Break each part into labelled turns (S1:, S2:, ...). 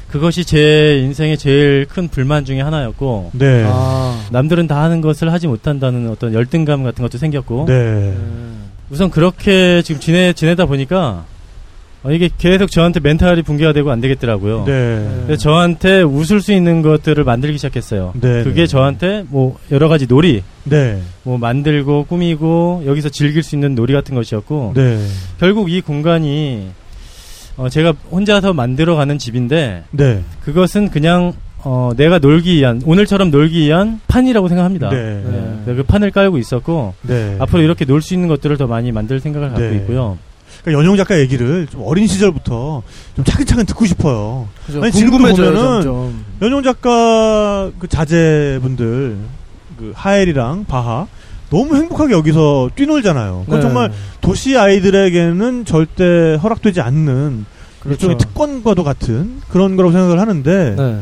S1: 그것이 제 인생의 제일 큰 불만 중에 하나였고
S2: 네,
S3: 아.
S1: 남들은 다 하는 것을 하지 못한다는 어떤 열등감 같은 것도 생겼고
S2: 네.
S1: 우선 그렇게 지금 지내 지내다 보니까 어, 이게 계속 저한테 멘탈이 붕괴가 되고 안
S3: 어.
S1: 되겠더라고요.
S2: 네.
S1: 그래서 저한테 웃을 수 있는 것들을 만들기 시작했어요.
S2: 네.
S1: 그게 저한테 뭐 여러 가지 놀이,
S2: 네.
S1: 뭐 만들고 꾸미고 여기서 즐길 수 있는 놀이 같은 것이었고
S2: 네.
S1: 결국 이 공간이 어, 제가 혼자서 만들어가는 집인데
S2: 네.
S1: 그것은 그냥 어, 내가 놀기 위한 오늘처럼 놀기 위한 판이라고 생각합니다.
S2: 네.
S1: 네. 그래서 그 판을 깔고 있었고
S2: 네.
S1: 앞으로 이렇게 놀 수 있는 것들을 더 많이 만들 생각을 갖고
S2: 네.
S1: 있고요.
S2: 그러니까 연용 작가 얘기를 좀 어린 시절부터 좀 차근차근 듣고 싶어요.
S3: 그죠.
S2: 아니, 지금도
S3: 궁금해져요,
S2: 보면은
S3: 점점.
S2: 연용 작가 그 자제분들 그 하엘이랑 바하 너무 행복하게 여기서 뛰놀잖아요. 그건
S3: 네.
S2: 정말 도시 아이들에게는 절대 허락되지 않는
S3: 그렇죠.
S2: 일종의 특권과도 같은 그런 거라고 생각을 하는데
S3: 네.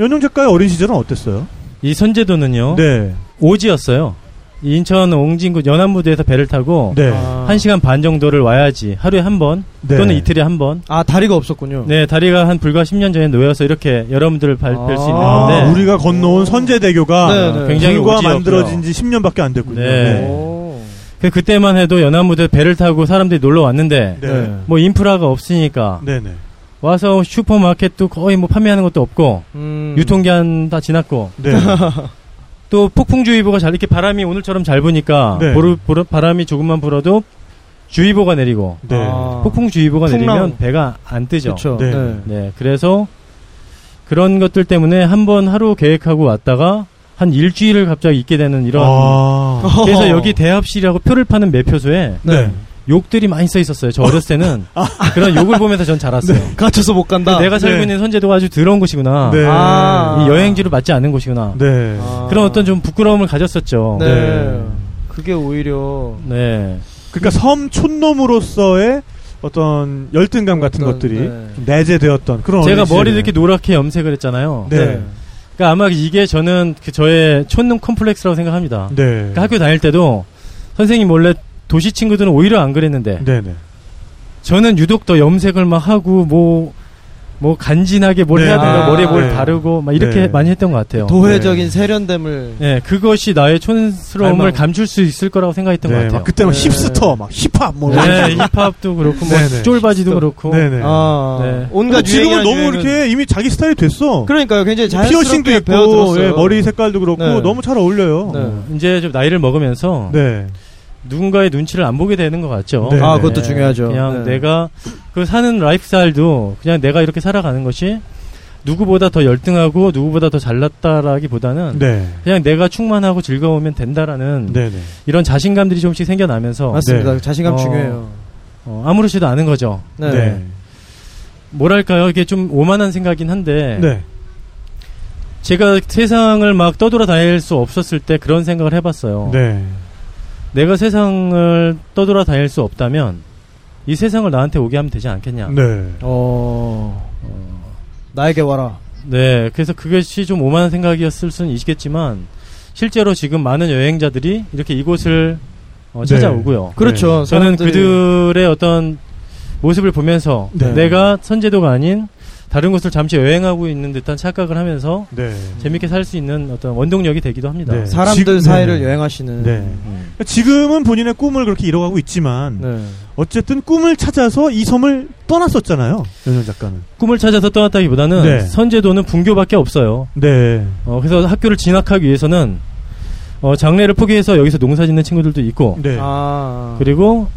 S2: 연용 작가의 어린 시절은 어땠어요?
S1: 이
S3: 어?
S1: 선제도는요.
S2: 네,
S1: 오지였어요. 이 인천 옹진구 연안무대에서 배를 타고
S2: 네,
S3: 아.
S1: 한 시간 반 정도를 와야지 하루에 한 번
S2: 네.
S1: 또는 이틀에 한 번.
S3: 아 다리가 없었군요.
S1: 네, 다리가 한 불과 10년 전에 놓여서 이렇게 여러분들을 발 뵐 수
S2: 아,
S3: 네.
S1: 있는 건데
S2: 우리가 건너온 선제대교가
S3: 네, 네.
S1: 굉장히
S2: 불과
S1: 오지였고요.
S2: 만들어진 지 10년밖에 안 됐군요.
S1: 네.
S3: 오.
S1: 그- 그때만 해도 연안무대 배를 타고 사람들이 놀러 왔는데
S2: 네.
S3: 네.
S1: 뭐 인프라가 없으니까
S2: 네, 네.
S1: 와서 슈퍼마켓도 거의 뭐 판매하는 것도 없고
S3: 음.
S1: 유통기한 다 지났고
S2: 네.
S1: 또 폭풍주의보가 잘 이렇게 바람이 오늘처럼 잘 부니까
S2: 네.
S1: 보르, 보르- 바람이 조금만 불어도 주의보가 내리고
S2: 네.
S3: 아.
S1: 폭풍주의보가
S3: 풍랑.
S1: 내리면 배가 안 뜨죠.
S3: 그렇죠.
S2: 네.
S1: 네, 그래서 그런 것들 때문에 한 번 하루 계획하고 왔다가 한 일주일을 갑자기 있게 되는 이런
S2: 아.
S1: 그래서 여기 대합실이라고 표를 파는 매표소에
S2: 네.
S1: 욕들이 많이 써 있었어요. 저 어렸을 때는 그런 욕을 보면서 전 자랐어요.
S3: 갇혀서 못 간다.
S1: 내가 살고
S2: 아. 네.
S1: 있는 선제도가 아주 더러운 곳이구나.
S2: 네.
S3: 아.
S1: 이 여행지로 맞지 않는 곳이구나.
S2: 네.
S3: 아.
S1: 그런 어떤 좀 부끄러움을 가졌었죠.
S3: 네.
S2: 네.
S3: 그게 오히려
S1: 네.
S2: 그러니까 섬 촌놈으로서의 어떤 열등감 같은
S3: 어떤,
S2: 것들이
S3: 네.
S2: 좀 내재되었던 그런
S1: 제가
S2: 어린이시절에.
S1: 머리도 이렇게 노랗게 염색을 했잖아요.
S2: 네.
S1: 그러니까 아마 이게 저는 그 저의 촌놈 컴플렉스라고 생각합니다.
S2: 네.
S1: 그러니까 학교 다닐 때도 선생님 원래 도시 친구들은 오히려 안 그랬는데
S2: 네, 네.
S1: 저는 유독 더 염색을 막 하고 뭐, 뭐 간지나게 뭘
S2: 네.
S1: 해야 된다
S3: 아,
S1: 머리에 뭘
S2: 네.
S1: 바르고 막 이렇게
S2: 네.
S1: 많이 했던 것 같아요.
S3: 도회적인 세련됨을
S1: 네, 그것이 나의 촌스러움을
S3: 알망.
S1: 감출 수 있을 거라고 생각했던
S2: 네,
S1: 것 같아요.
S2: 막 그때 막
S3: 네.
S2: 힙스터, 막 힙합 뭐.
S1: 네, 힙합도 그렇고 뭐
S2: 네, 네.
S1: 쫄바지도 그렇고.
S2: 네, 네. 어,
S3: 아,
S1: 네.
S3: 온갖
S2: 지금은
S3: 유행이나
S2: 너무
S3: 유행은-
S2: 이렇게 이미 자기 스타일이 됐어.
S3: 그러니까요. 굉장히
S2: 피어싱도
S3: 자연스럽게
S2: 있고,
S3: 배워들었어요.
S2: 예, 머리 색깔도 그렇고
S3: 네.
S2: 너무 잘 어울려요.
S3: 네.
S1: 이제 좀 나이를 먹으면서
S2: 네.
S1: 누군가의 눈치를 안 보게 되는 것 같죠.
S2: 네.
S3: 아, 그것도 중요하죠.
S1: 그냥
S3: 네.
S1: 내가 그 사는 라이프스타일도 그냥 내가 이렇게 살아가는 것이 누구보다 더 열등하고 누구보다 더 잘났다라기보다는
S2: 네.
S1: 그냥 내가 충만하고 즐거우면 된다라는
S2: 네, 네.
S1: 이런 자신감들이 조금씩 생겨나면서
S3: 맞습니다.
S2: 네.
S3: 자신감
S1: 어.
S3: 중요해요.
S1: 어, 아무렇지도 않은 거죠.
S3: 네.
S2: 네.
S1: 뭐랄까요? 이게 좀 오만한 생각이긴 한데
S2: 네.
S1: 제가 세상을 막 떠돌아 다닐 수 없었을 때 그런 생각을 해봤어요.
S2: 네.
S1: 내가 세상을 떠돌아 다닐 수 없다면 이 세상을 나한테 오게 하면 되지 않겠냐.
S2: 네.
S3: 어. 나에게 와라.
S1: 네, 그래서 그것이 좀 오만한 생각이었을 수는 있겠지만 실제로 지금 많은 여행자들이 이렇게 이곳을 어,
S2: 네.
S1: 찾아오고요.
S3: 그렇죠.
S1: 저는
S3: 사람들이-
S1: 그들의 어떤 모습을 보면서
S2: 네.
S1: 내가 선제도가 아닌 다른 곳을 잠시 여행하고 있는 듯한 착각을 하면서
S2: 네.
S3: 음.
S1: 재밌게 살 수 있는 어떤 원동력이 되기도 합니다.
S2: 네.
S3: 사람들
S2: 지금-
S3: 사이를
S2: 네.
S3: 여행하시는
S2: 네.
S1: 음.
S2: 지금은 본인의 꿈을 그렇게 이뤄가고 있지만
S3: 네.
S2: 어쨌든 꿈을 찾아서 이 섬을 떠났었잖아요. 연영 작가는.
S1: 꿈을 찾아서 떠났다기보다는
S2: 네.
S1: 선제도는 분교밖에 없어요.
S2: 네.
S1: 어, 그래서 학교를 진학하기 위해서는 어, 장래를 포기해서 여기서 농사짓는 친구들도 있고
S2: 네.
S3: 아.
S1: 그리고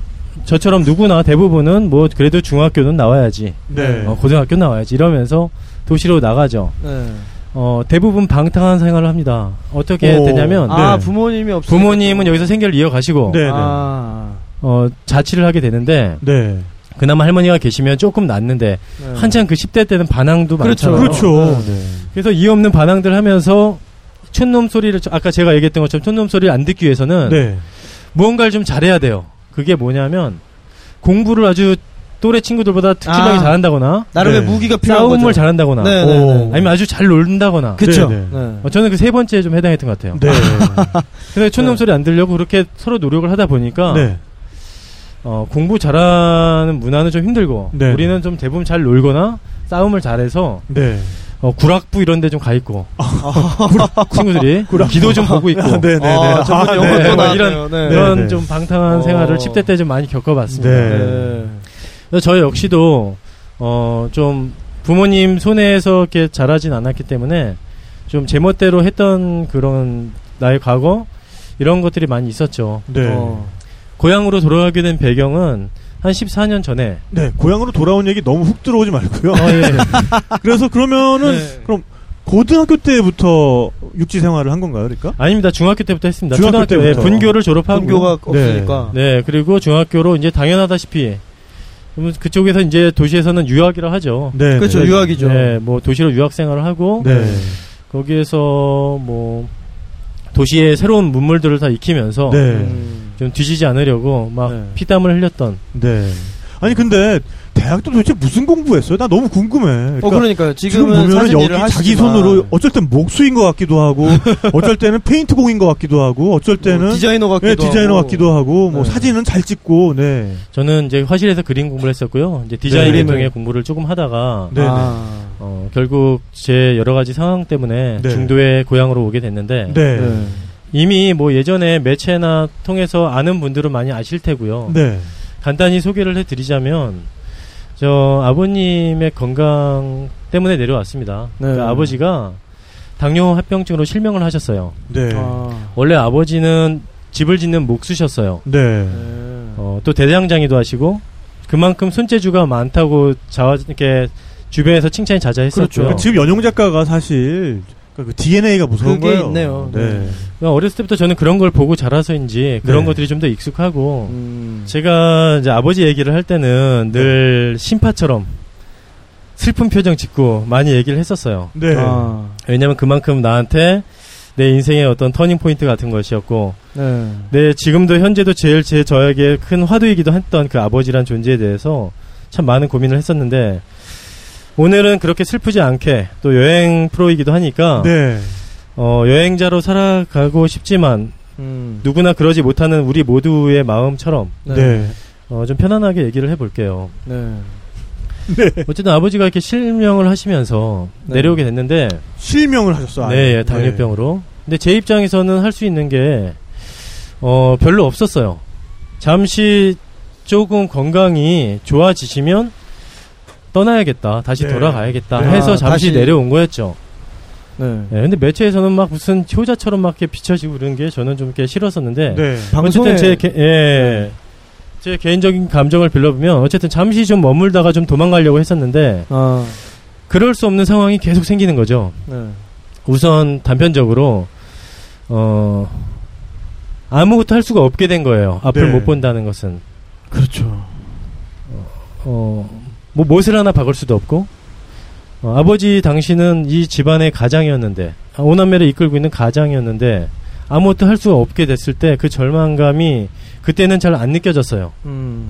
S1: 저처럼 누구나 대부분은 뭐 그래도 중학교는 나와야지
S2: 네.
S1: 어, 고등학교 나와야지 이러면서 도시로 나가죠.
S3: 네.
S1: 어, 대부분 방탕한 생활을 합니다. 어떻게
S2: 오.
S1: 되냐면
S3: 아,
S2: 네.
S3: 부모님이 없어.
S1: 부모님은 여기서 생계를 이어가시고
S2: 네.
S3: 아.
S1: 어, 자취를 하게 되는데
S2: 네.
S1: 그나마 할머니가 계시면 조금 낫는데
S3: 네.
S1: 한참 그 10대 때는 반항도
S3: 그렇죠.
S1: 많잖아요.
S2: 그렇죠.
S3: 네.
S1: 그래서 이 없는 반항들 하면서 촌놈 소리를 저- 아까 제가 얘기했던 것처럼 촌놈 소리를 안 듣기 위해서는
S2: 네.
S1: 무언가를 좀 잘해야 돼요. 그게 뭐냐면 공부를 아주 또래 친구들보다 특출나게
S3: 아.
S1: 잘한다거나
S3: 나름의
S2: 네.
S3: 무기가 필요한
S1: 싸움을
S3: 거죠.
S1: 잘한다거나
S3: 네,
S2: 오.
S3: 네, 네.
S1: 아니면 아주 잘 놀다거나
S3: 그쵸.
S2: 네, 네.
S3: 네.
S1: 어, 저는 그 세 번째에 좀 해당했던 것 같아요.
S2: 네.
S1: 그래서 촌놈
S3: 네.
S1: 소리 안 들려고 그렇게 서로 노력을 하다
S3: 아.
S1: 보니까
S2: 네.
S1: 어, 공부 잘하는 문화는 좀 힘들고
S2: 네.
S1: 우리는 좀 대부분 잘 놀거나 싸움을 잘해서
S2: 네.
S1: 어, 구락부 이런 데 좀 가 있고 친구들이 기도 좀 보고 있고
S2: 네. 네. 네.
S3: 아, 전문
S2: 아,
S3: 용어
S2: 네.
S3: 또
S1: 뭐
S3: 나왔네요. 네.
S1: 이런
S2: 네, 네.
S1: 좀 방탕한
S3: 어.
S1: 생활을 10대 때 좀 많이 겪어봤습니다.
S2: 네.
S3: 네.
S1: 그래서 저 역시도 어 좀 부모님 손에서 이렇게 자라진 않았기 때문에 좀 제멋대로 했던 그런 나의 과거 이런 것들이 많이 있었죠.
S2: 네.
S3: 어.
S1: 고향으로 돌아가게 된 배경은 한 14년 전에
S2: 네. 고향으로 돌아온 얘기 너무 훅 들어오지 말고요.
S1: 어, 예.
S2: 그래서 그러면은
S3: 아. 네.
S2: 그럼 고등학교 때부터 육지 생활을 한 건가요, 그러니까?
S1: 아닙니다. 중학교 때부터 했습니다.
S2: 중학교
S1: 초등학교 예,
S2: 때부터.
S1: 분교를 졸업하고
S3: 분교가
S2: 네.
S3: 없으니까.
S1: 네 그리고 중학교로 이제 당연하다시피 그러면 그쪽에서 이제 도시에서는 유학이라 하죠.
S2: 네.
S3: 그렇죠.
S2: 네.
S3: 유학이죠.
S1: 네, 뭐 도시로 유학 생활을 하고
S2: 네.
S1: 거기에서 뭐 도시의 새로운 문물들을 다 익히면서
S2: 네.
S3: 음.
S1: 좀 뒤지지 않으려고 막
S2: 네.
S1: 피땀을 흘렸던
S2: 네. 아니 근데 대학도 도대체 무슨 공부했어요? 나 너무 궁금해.
S3: 어,
S2: 그러니까
S3: 그러니까
S2: 지금
S3: 지금은
S2: 보면
S3: 사진
S2: 여기
S3: 일을
S2: 자기
S3: 하시지만 뭐
S2: 손으로 어쩔 땐 목수인 것 같기도 하고, 어쩔 때는 페인트공인 것 같기도 하고, 어쩔 때는
S3: 뭐 디자이너 같기도
S2: 예, 디자이너
S3: 하고.
S2: 같기도 하고, 뭐
S3: 네.
S2: 사진은 잘 찍고, 네,
S1: 저는 이제 화실에서 그림 공부를 했었고요. 이제 디자인
S2: 네.
S1: 계통의 공부를 조금 하다가
S2: 네,
S3: 아.
S1: 어, 결국 제 여러 가지 상황 때문에
S2: 네.
S1: 중도의 고향으로 오게 됐는데
S2: 네,
S3: 네.
S2: 네,
S1: 이미 뭐 예전에 매체나 통해서 아는 분들은 많이 아실 테고요.
S2: 네,
S1: 간단히 소개를 해드리자면 저 아버님의 건강 때문에 내려왔습니다.
S3: 네.
S1: 그러니까 아버지가 당뇨 합병증으로 실명을 하셨어요.
S2: 네,
S3: 아.
S1: 원래 아버지는 집을 짓는 목수셨어요.
S2: 네,
S3: 네.
S1: 어, 또 대장장이도 하시고 그만큼 손재주가 많다고 자 이렇게 주변에서 칭찬이 자자했었고요.
S3: 그렇죠.
S2: 그러니까 지금 연용 작가가 사실 그 DNA가 무서운
S3: 그게
S2: 거예요.
S3: 있네요.
S2: 네,
S1: 그러니까 어렸을 때부터 저는 그런 걸 보고 자라서인지 그런
S2: 네.
S1: 것들이 좀 더 익숙하고
S3: 음.
S1: 제가 이제 아버지 얘기를 할 때는 늘 심파처럼 슬픈 표정 짓고 많이 얘기를 했었어요.
S2: 네,
S3: 아.
S1: 왜냐면 그만큼 나한테 내 인생의 어떤 터닝 포인트 같은 것이었고
S3: 네.
S1: 내 지금도 현재도 제일 제 저에게 큰 화두이기도 했던 그 아버지란 존재에 대해서 참 많은 고민을 했었는데 오늘은 그렇게 슬프지 않게 또 여행 프로이기도 하니까
S2: 네,
S1: 어, 여행자로 살아가고 싶지만
S3: 음.
S1: 누구나 그러지 못하는 우리 모두의 마음처럼
S2: 네,
S1: 어, 좀 편안하게 얘기를 해볼게요.
S3: 네.
S1: 어쨌든 아버지가 이렇게 실명을 하시면서
S3: 네.
S1: 내려오게 됐는데
S2: 실명을 하셨어요. 아예.
S1: 네, 예, 당뇨병으로. 근데 제 입장에서는 할 수 있는 게, 어, 별로 없었어요. 잠시 조금 건강이 좋아지시면 떠나야겠다. 다시
S2: 네.
S1: 돌아가야겠다.
S2: 네.
S1: 해서
S3: 아,
S1: 잠시
S3: 다시-
S1: 내려온 거였죠.
S3: 네.
S1: 예, 근데 매체에서는 막 무슨 효자처럼 막 이렇게 비춰지고 그런 게 저는 좀 이렇게
S2: 네,
S1: 싫었었는데.
S2: 네,
S3: 방송에
S1: 어쨌든 제, 개, 예. 제 개인적인 감정을 빌려보면 어쨌든 잠시 좀 머물다가 좀 도망가려고 했었는데
S3: 아.
S1: 그럴 수 없는 상황이 계속 생기는 거죠.
S3: 네.
S1: 우선 단편적으로 어 아무것도 할 수가 없게 된 거예요. 앞을
S2: 네.
S1: 못 본다는 것은
S3: 그렇죠.
S1: 어뭐 못을 하나 박을 수도 없고 어, 아버지 당신은 이 집안의 가장이었는데 아, 오남매를 이끌고 있는 가장이었는데 아무것도 할 수가 없게 됐을 때 그 절망감이 그때는 잘 안 느껴졌어요.
S3: 음.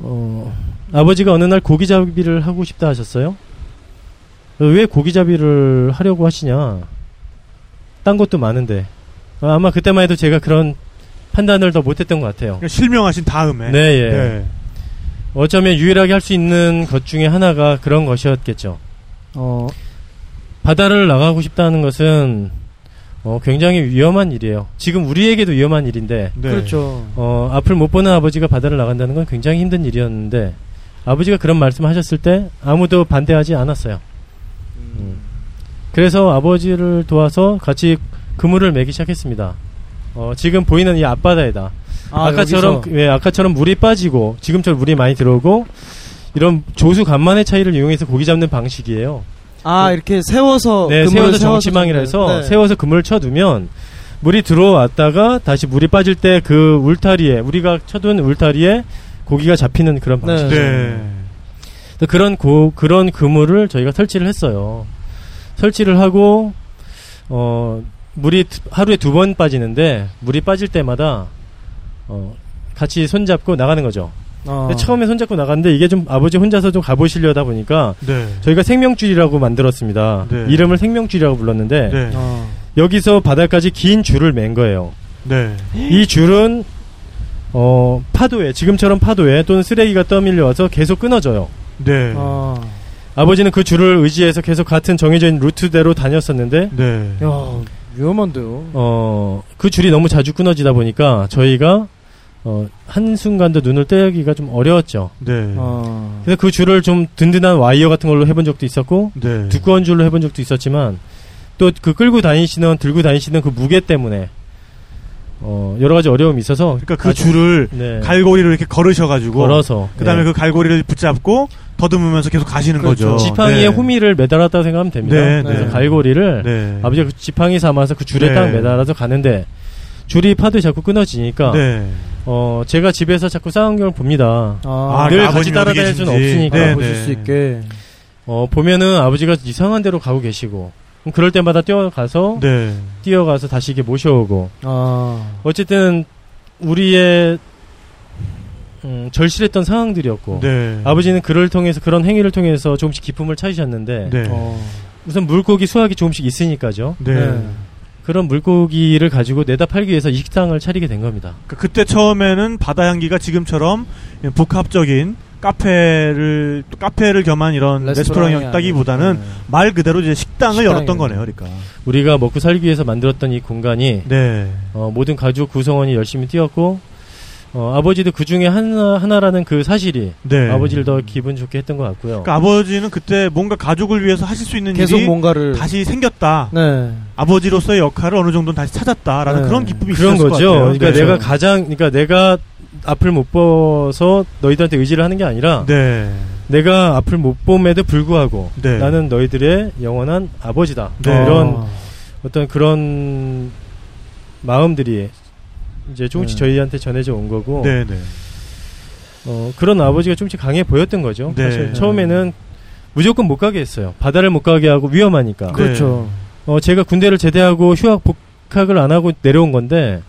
S1: 어 아버지가 어느 날 고기잡이를 하고 싶다 하셨어요. 왜 고기잡이를 하려고 하시냐? 딴 것도 많은데 어, 아마 그때만 해도 제가 그런 판단을 더 못했던 것 같아요.
S2: 그러니까 실명하신 다음에,
S1: 네, 예.
S2: 네,
S1: 어쩌면 유일하게 할 수 있는 것 중에 하나가 그런 것이었겠죠.
S3: 어.
S1: 바다를 나가고 싶다는 것은 어, 굉장히 위험한 일이에요. 지금 우리에게도 위험한 일인데
S2: 네.
S3: 그렇죠.
S1: 어, 앞을 못 보는 아버지가 바다를 나간다는 건 굉장히 힘든 일이었는데 아버지가 그런 말씀하셨을 때 아무도 반대하지 않았어요. 음. 그래서 아버지를 도와서 같이 그물을 매기 시작했습니다. 어, 지금 보이는 이 앞바다에다. 아, 까처럼
S3: 여기서. 그,
S1: 예, 아까처럼 물이 빠지고 지금처럼 물이 많이 들어오고 이런 조수 간만의 차이를 이용해서 고기 잡는 방식이에요.
S3: 아 이렇게 세워서
S1: 네,
S3: 그물을
S1: 세워서 정치망이라서
S3: 네.
S1: 세워서 그물 쳐두면 물이 들어왔다가 다시 물이 빠질 때 그 울타리에 우리가 쳐둔 울타리에 고기가 잡히는 그런
S3: 네.
S1: 방식.
S2: 네,
S1: 또 그런 고 그런 그물을 저희가 설치를 했어요. 설치를 하고 어 물이 두- 하루에 두 번 빠지는데 물이 빠질 때마다 어 같이 손잡고 나가는 거죠.
S3: 어.
S1: 근데 네, 처음에 손잡고 나갔는데 이게 좀 아버지 혼자서 좀 가보시려다 보니까
S2: 네,
S1: 저희가 생명줄이라고 만들었습니다.
S2: 네.
S1: 이름을 생명줄이라고 불렀는데
S2: 네,
S3: 어.
S1: 여기서 바다까지 긴 줄을 맨 거예요.
S2: 네,
S1: 이 줄은 어 파도에 지금처럼 파도에 또는 쓰레기가 떠밀려와서 계속 끊어져요.
S2: 네,
S3: 어.
S1: 아버지는 그 줄을 의지해서 계속 같은 정해져 있는 루트대로 다녔었는데
S2: 네.
S3: 야 위험한데요.
S1: 어 그 줄이 너무 자주 끊어지다 보니까 저희가 어 한순간도 눈을 떼기가 좀 어려웠죠.
S2: 네.
S3: 어.
S1: 그래서 그 줄을 좀 든든한 와이어 같은 걸로 해본 적도 있었고
S2: 네.
S1: 두꺼운 줄로 해본 적도 있었지만 또 그 끌고 다니시는 들고 다니시는 그 무게 때문에 어 여러 가지 어려움이 있어서
S2: 그러니까 그
S1: 아주-
S2: 줄을
S1: 네,
S2: 갈고리로 이렇게 걸으셔가지고
S1: 걸어서
S2: 그다음에
S1: 네.
S2: 그 갈고리를 붙잡고 더듬으면서 계속 가시는
S3: 그렇죠.
S2: 거죠.
S1: 지팡이에
S2: 네.
S1: 호미를 매달았다고 생각하면 됩니다.
S2: 네,
S3: 네.
S1: 그래서 갈고리를
S2: 네.
S1: 아버지가 그 지팡이 삼아서 그 줄에
S2: 네.
S1: 딱 매달아서 가는데 줄이 파도에 자꾸 끊어지니까
S2: 네.
S1: 어 제가 집에서 자꾸 싸운 걸 봅니다.
S2: 아,
S1: 늘
S2: 그러니까
S1: 같이
S2: 아버님이
S1: 따라다닐
S2: 어디
S1: 수는
S2: 계신지.
S1: 없으니까
S2: 네,
S3: 보실
S2: 네.
S3: 수 있게.
S1: 어 보면은 아버지가 이상한 데로 가고 계시고 그럼 그럴 때마다 뛰어가서
S2: 네.
S1: 뛰어가서 다시 이게 모셔오고
S3: 아.
S1: 어쨌든 우리의 음, 절실했던 상황들이었고
S2: 네.
S1: 어. 아버지는 그를 통해서 그런 행위를 통해서 조금씩 기쁨을 찾으셨는데
S2: 네.
S3: 어.
S1: 우선 물고기 수확이 조금씩 있으니까죠.
S2: 네.
S3: 네.
S1: 그런 물고기를 가지고 내다 팔기 위해서 이 식당을 차리게 된 겁니다.
S2: 그러니까 그때 처음에는 바다 향기가 지금처럼 복합적인 카페를 카페를 겸한 이런 레스토랑이었다기보다는
S3: 아니라. 네.
S2: 말 그대로 이제 식당을
S3: 식당이요.
S2: 열었던 거네요, 그러니까.
S1: 우리가 먹고 살기 위해서 만들었던 이 공간이
S2: 네.
S1: 어, 모든 가족 구성원이 열심히 뛰었고 어, 아버지도 그 중에 하나, 하나라는 그 사실이
S2: 네.
S1: 아버지를 더 기분 좋게 했던 것 같고요.
S2: 그러니까 아버지는 그때 뭔가 가족을 위해서 하실 수 있는
S3: 계속
S2: 네. 일이
S3: 뭔가를
S2: 다시 생겼다.
S3: 네.
S2: 아버지로서의 역할을 어느 정도는 다시 찾았다라는
S3: 네.
S2: 그런 기쁨이
S1: 그런
S2: 있었을
S1: 거죠.
S2: 것 같아요.
S1: 그러니까
S2: 네.
S1: 내가 가장 그러니까 내가 앞을 못 봐서 너희들한테 의지를 하는 게 아니라
S2: 네.
S1: 내가 앞을 못 봄에도 불구하고
S2: 네.
S1: 나는 너희들의 영원한 아버지다.
S2: 네.
S1: 이런 어떤 그런 마음들이 이제 조금씩
S3: 네.
S1: 저희한테 전해져 온 거고
S2: 네, 네.
S1: 어, 그런 아버지가 조금씩 강해 보였던 거죠.
S2: 네.
S1: 사실 처음에는 무조건 못 가게 했어요. 바다를 못 가게 하고 위험하니까.
S2: 네.
S3: 그렇죠.
S1: 어, 제가 군대를 제대하고 휴학 복학을 안 하고 내려온 건데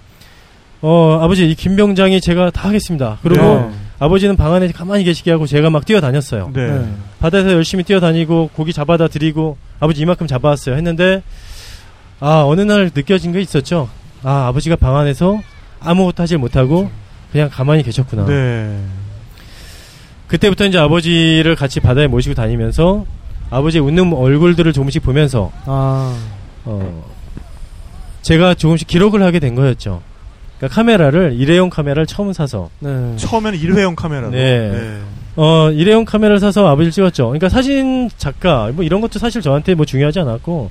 S1: 어, 아버지 이 김병장이 제가 다 하겠습니다. 그리고
S2: 네.
S1: 아버지는 방 안에 가만히 계시게 하고 제가 막 뛰어다녔어요.
S2: 네.
S3: 네.
S1: 바다에서 열심히 뛰어다니고 고기 잡아다 드리고 아버지 이만큼 잡아왔어요 했는데 아 어느 날 느껴진 게 있었죠 아 아버지가 방 안에서 아무것도 하질 못하고 그냥 가만히 계셨구나
S2: 네.
S1: 그때부터 이제 아버지를 같이 바다에 모시고 다니면서 아버지의 웃는 얼굴들을 조금씩 보면서
S3: 아.
S1: 어 제가 조금씩 기록을 하게 된 거였죠 그러니까 카메라를 일회용 카메라를 처음 사서
S3: 네.
S2: 처음에는 일회용 카메라로.
S1: 네.
S2: 네.
S1: 어 일회용 카메라를 사서 아버지를 찍었죠. 그러니까 사진 작가 뭐 이런 것도 사실 저한테 뭐 중요하지 않았고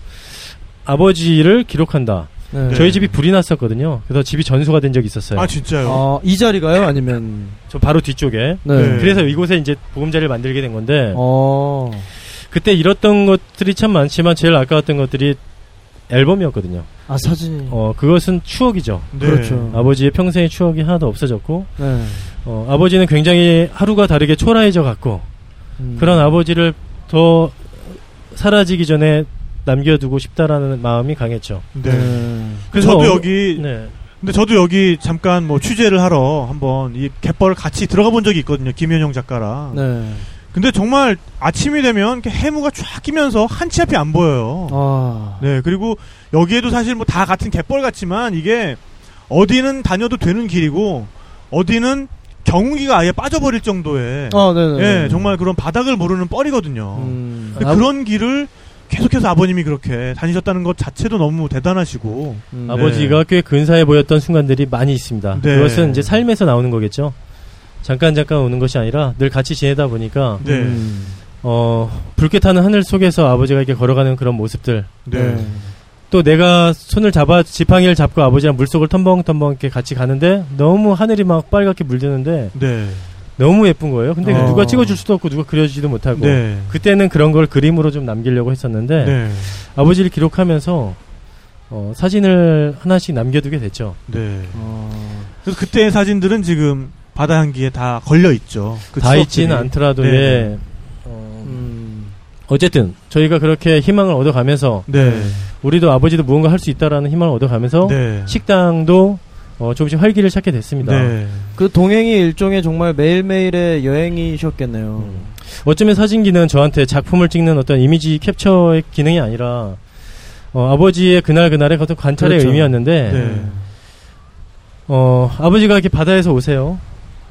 S1: 아버지를 기록한다.
S3: 네.
S1: 저희 집이 불이 났었거든요. 그래서 집이 전소가 된 적이 있었어요.
S2: 아, 진짜요?
S3: 아, 이 자리가요? 아니면
S1: 저 바로 뒤쪽에.
S3: 네.
S2: 네.
S1: 그래서 이곳에 이제 보금자리를 만들게 된 건데
S3: 어.
S1: 그때 잃었던 것들이 참 많지만 제일 아까웠던 것들이 앨범이었거든요.
S3: 아, 사진이.
S1: 어 그것은 추억이죠.
S2: 네.
S3: 그렇죠.
S1: 아버지의 평생의 추억이 하나도 없어졌고
S3: 네.
S1: 어, 아버지는 굉장히 하루가 다르게 초라해져 갔고
S3: 음.
S1: 그런 아버지를 더 사라지기 전에 남겨두고 싶다라는 마음이 강했죠.
S3: 네.
S2: 네. 그래서
S1: 그래서
S2: 저도
S1: 어느-
S2: 여기
S1: 네.
S2: 근데 저도 여기 잠깐 뭐 취재를 하러 한번 이 갯벌 같이 들어가 본 적이 있거든요. 김현영 작가랑.
S3: 네.
S2: 근데 정말 아침이 되면 이렇게 해무가 쫙 끼면서 한 치 앞이 안 보여요.
S3: 아.
S2: 네, 그리고 여기에도 사실 뭐 다 같은 갯벌 같지만 이게 어디는 다녀도 되는 길이고 어디는 경운기가 아예 빠져버릴 정도의
S3: 아, 네, 네.
S2: 예, 정말 그런 바닥을 모르는 뻘이거든요.
S3: 음.
S2: 근데 그런 길을 계속해서 아버님이 그렇게 다니셨다는 것 자체도 너무 대단하시고
S3: 음.
S1: 아버지가 꽤 근사해 보였던 순간들이 많이 있습니다.
S2: 네.
S1: 그것은 이제 삶에서 나오는 거겠죠. 잠깐 잠깐 오는 것이 아니라 늘 같이 지내다 보니까
S2: 네.
S3: 음.
S1: 어 붉게 타는 하늘 속에서 아버지가 이렇게 걸어가는 그런 모습들
S2: 네.
S3: 네.
S1: 또 내가 손을 잡아 지팡이를 잡고 아버지랑 물속을 텀벙텀벙 이렇게 같이 가는데 너무 하늘이 막 빨갛게 물드는데
S2: 네.
S1: 너무 예쁜 거예요. 근데
S2: 어.
S1: 누가 찍어줄 수도 없고 누가 그려주지도 못하고
S2: 네.
S1: 그때는 그런 걸 그림으로 좀 남기려고 했었는데
S2: 네.
S1: 아버지를 기록하면서 어, 사진을 하나씩 남겨두게 됐죠.
S2: 네.
S3: 어.
S2: 그래서 그때의 사진들은 지금 바다 향기에 다 걸려 있죠. 그
S1: 다
S2: 추억들이.
S1: 있지는 않더라도
S2: 네.
S1: 예. 어,
S3: 음.
S1: 어쨌든 저희가 그렇게 희망을 얻어가면서
S2: 네.
S1: 우리도 아버지도 무언가 할 수 있다라는 희망을 얻어가면서
S2: 네.
S1: 식당도 어, 조금씩 활기를 찾게 됐습니다.
S2: 네.
S3: 그 동행이 일종의 정말 매일매일의 여행이셨겠네요.
S1: 음. 어쩌면 사진기는 저한테 작품을 찍는 어떤 이미지 캡처의 기능이 아니라 어, 아버지의 그날 그날의 어떤 관찰의
S3: 그렇죠.
S1: 의미였는데
S2: 네.
S1: 어, 아버지가 이렇게 바다에서 오세요.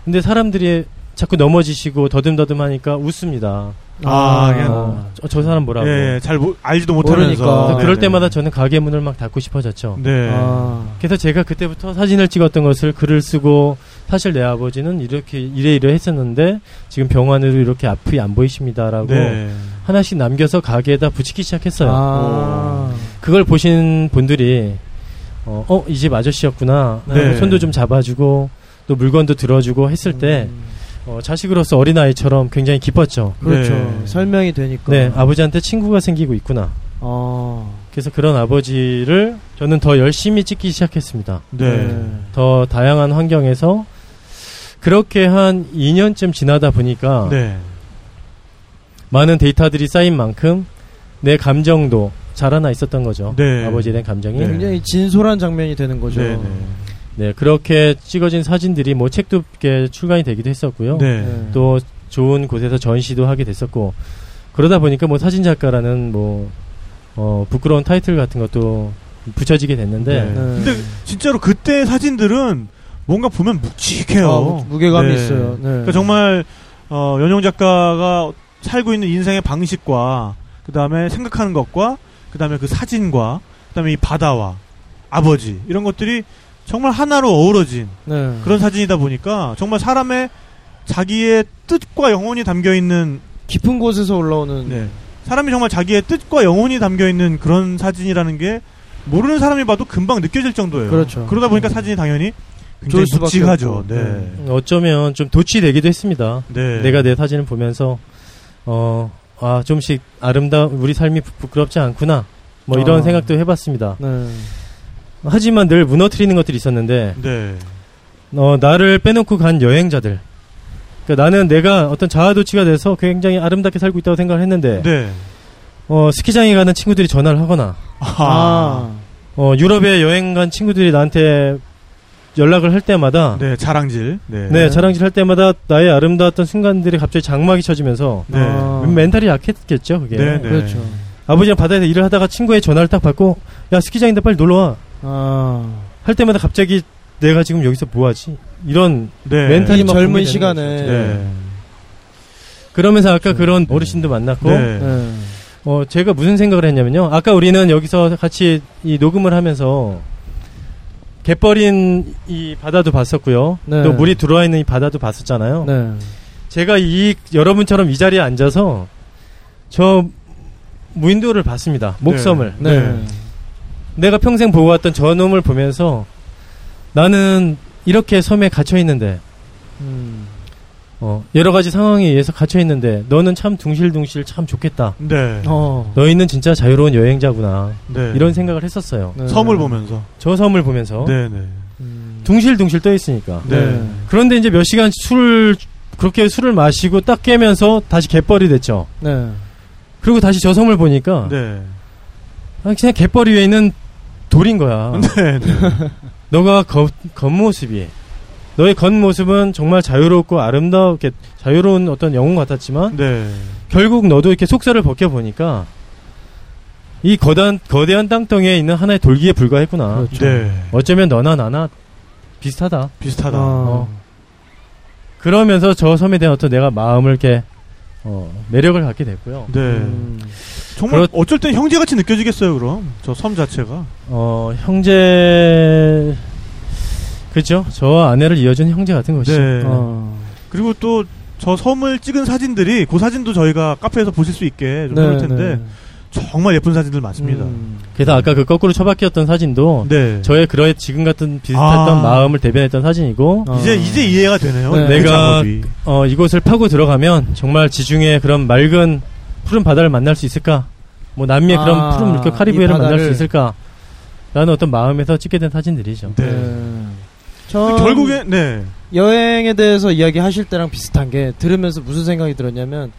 S1: 근데 사람들이 자꾸 넘어지시고 더듬더듬 하니까 웃습니다.
S2: 아, 그냥
S1: 어, 저, 저 사람 뭐라고.
S2: 예, 잘 모- 알지도 못하면서
S3: 모르니까.
S1: 그래서
S2: 네,
S1: 그럴
S2: 네.
S1: 때마다 저는 가게 문을 막 닫고 싶어졌죠.
S2: 네.
S3: 아.
S1: 그래서 제가 그때부터 사진을 찍었던 것을 글을 쓰고 사실 내 아버지는 이렇게 이래 이래 했었는데 지금 병원으로 이렇게 앞이 안 보이십니다라고
S2: 네.
S1: 하나씩 남겨서 가게에다 붙이기 시작했어요.
S3: 아.
S1: 그걸 보신 분들이 어, 이 집 아저씨였구나.
S2: 네.
S1: 하고 손도 좀 잡아주고 또 물건도 들어주고 했을 때
S3: 음.
S1: 어, 자식으로서 어린 아이처럼 굉장히 기뻤죠.
S3: 그렇죠.
S2: 네.
S3: 설명이 되니까.
S1: 네, 아버지한테 친구가 생기고 있구나.
S3: 어.
S1: 그래서 그런 아버지를 저는 더 열심히 찍기 시작했습니다.
S2: 네.
S1: 더 다양한 환경에서 그렇게 한 2년쯤 지나다 보니까
S2: 네.
S1: 많은 데이터들이 쌓인 만큼 내 감정도 자라나 있었던 거죠.
S2: 네.
S1: 아버지에 대한 감정이.
S2: 네.
S1: 네.
S3: 굉장히 진솔한 장면이 되는 거죠.
S2: 네.
S1: 그렇게 찍어진 사진들이 뭐 책도 이렇게 출간이 되기도 했었고요.
S2: 네.
S3: 네.
S1: 또 좋은 곳에서 전시도 하게 됐었고 그러다 보니까 뭐 사진 작가라는 뭐 어, 부끄러운 타이틀 같은 것도 붙여지게 됐는데
S2: 네.
S3: 네.
S2: 근데 진짜로 그때 사진들은 뭔가 보면 묵직해요.
S3: 아, 무- 무게감이
S2: 네.
S3: 있어요. 네.
S2: 그러니까 정말 어, 연영 작가가 살고 있는 인생의 방식과 그 다음에 생각하는 것과 그 다음에 그 사진과 그 다음에 이 바다와 아버지 이런 것들이 정말 하나로 어우러진
S3: 네.
S2: 그런 사진이다 보니까 정말 사람의 자기의 뜻과 영혼이 담겨 있는
S3: 깊은 곳에서 올라오는
S2: 네. 사람이 정말 자기의 뜻과 영혼이 담겨 있는 그런 사진이라는 게 모르는 사람이 봐도 금방 느껴질 정도예요.
S3: 그렇죠.
S2: 그러다 보니까 사진이 당연히 굉장히
S3: 좋을 수밖에
S2: 묵직하죠.
S3: 없고.
S2: 네.
S1: 어쩌면 좀 도취되기도 했습니다.
S2: 네.
S1: 내가 내 사진을 보면서 어, 아 좀씩 아름다운 우리 삶이 부, 부끄럽지 않구나 뭐 이런
S3: 아.
S1: 생각도 해봤습니다.
S3: 네.
S1: 하지만 늘 무너뜨리는 것들이 있었는데
S2: 네.
S1: 어, 나를 빼놓고 간 여행자들. 그러니까 나는 내가 어떤 자아도취가 돼서 굉장히 아름답게 살고 있다고 생각을 했는데
S2: 네.
S1: 어, 스키장에 가는 친구들이 전화를 하거나
S2: 아.
S1: 어, 유럽에 여행 간 친구들이 나한테 연락을 할 때마다
S2: 네, 자랑질. 네.
S1: 아. 네, 자랑질 할 때마다 나의 아름다웠던 순간들이 갑자기 장막이 쳐지면서
S2: 네.
S3: 아.
S1: 멘탈이 약했겠죠, 그게.
S2: 네, 네.
S3: 그렇죠.
S1: 아버지랑 바다에서 일을 하다가 친구의 전화를 딱 받고 야, 스키장인데 빨리 놀러 와.
S3: 아.
S1: 할 때마다 갑자기 내가 지금 여기서 뭐 하지? 이런
S2: 네.
S1: 멘탈이
S3: 이
S1: 막
S3: 젊은
S1: 붕괴되는
S3: 시간에
S2: 네. 네.
S1: 그러면서 아까 그런 어르신도 만났고
S2: 그렇죠. 네.
S3: 네.
S1: 어, 제가 무슨 생각을 했냐면요. 아까 우리는 여기서 같이 이 녹음을 하면서 갯벌인 이 바다도 봤었고요.
S3: 네.
S1: 또 물이 들어와 있는 이 바다도 봤었잖아요.
S3: 네.
S1: 제가 이 여러분처럼 이 자리에 앉아서 저 무인도를 봤습니다. 목섬을.
S3: 네.
S2: 네.
S1: 내가 평생 보고 왔던 저놈을 보면서 나는 이렇게 섬에 갇혀 있는데
S3: 음.
S1: 어, 여러 가지 상황에 의해서 갇혀 있는데 너는 참 둥실둥실 참 좋겠다.
S2: 네.
S3: 어.
S1: 너희는 진짜 자유로운 여행자구나.
S2: 네.
S1: 이런 생각을 했었어요.
S3: 네.
S2: 섬을 보면서.
S1: 저 섬을 보면서
S2: 네, 네.
S3: 음.
S1: 둥실둥실 떠 있으니까.
S2: 네.
S1: 그런데 이제 몇 시간 술을 그렇게 술을 마시고 딱 깨면서 다시 갯벌이 됐죠.
S3: 네.
S1: 그리고 다시 저 섬을 보니까
S2: 네.
S1: 아, 그냥 갯벌 위에 있는 돌인 거야.
S2: 네. 네.
S1: 너가 겉, 겉모습이 너의 겉모습은 정말 자유롭고 아름다우게 자유로운 어떤 영웅 같았지만
S2: 네.
S1: 결국 너도 이렇게 속살을 벗겨 보니까 이 거대한 거대한 땅덩이에 있는 하나의 돌기에 불과했구나.
S3: 그렇죠.
S2: 네.
S1: 어쩌면 너나 나나 비슷하다.
S2: 비슷하다.
S3: 아.
S1: 그러면서 저 섬에 대한 어떤 내가 마음을 이렇게 어, 매력을 갖게 됐고요.
S2: 네.
S3: 음.
S2: 정말
S1: 그렇-
S2: 어쩔 땐 형제같이 느껴지겠어요, 그럼. 저 섬 자체가.
S1: 어, 형제 그죠? 저 아내를 이어준 형제 같은 것이죠. 아.
S2: 네.
S3: 어.
S2: 그리고 또 저 섬을 찍은 사진들이 그 사진도 저희가 카페에서 보실 수 있게
S1: 네,
S2: 좀 해놓을 텐데 정말 예쁜 사진들 많습니다.
S3: 네, 음.
S1: 그래서 아까 그 거꾸로 처박혔던 사진도
S2: 네.
S1: 저의 그런 지금 같은 비슷했던
S2: 아.
S1: 마음을 대변했던 사진이고
S3: 어.
S2: 이제 이제 이해가 되네요.
S3: 네.
S2: 그
S1: 내가-
S2: 작업이.
S1: 어, 이곳을 파고 들어가면 정말 지중해 그런 맑은 푸른 바다를 만날 수 있을까? 뭐 남미의
S3: 아,
S1: 그런 푸른 물결
S3: 이
S1: 카리브해를 만날 수
S3: 바다를.
S1: 있을까? 라는 어떤 마음에서 찍게 된 사진들이죠.
S2: 네.
S1: 아.
S3: 전
S2: 근데 결국에 네.
S3: 여행에 대해서 이야기하실 때랑 비슷한 게 들으면서 무슨 생각이 들었냐면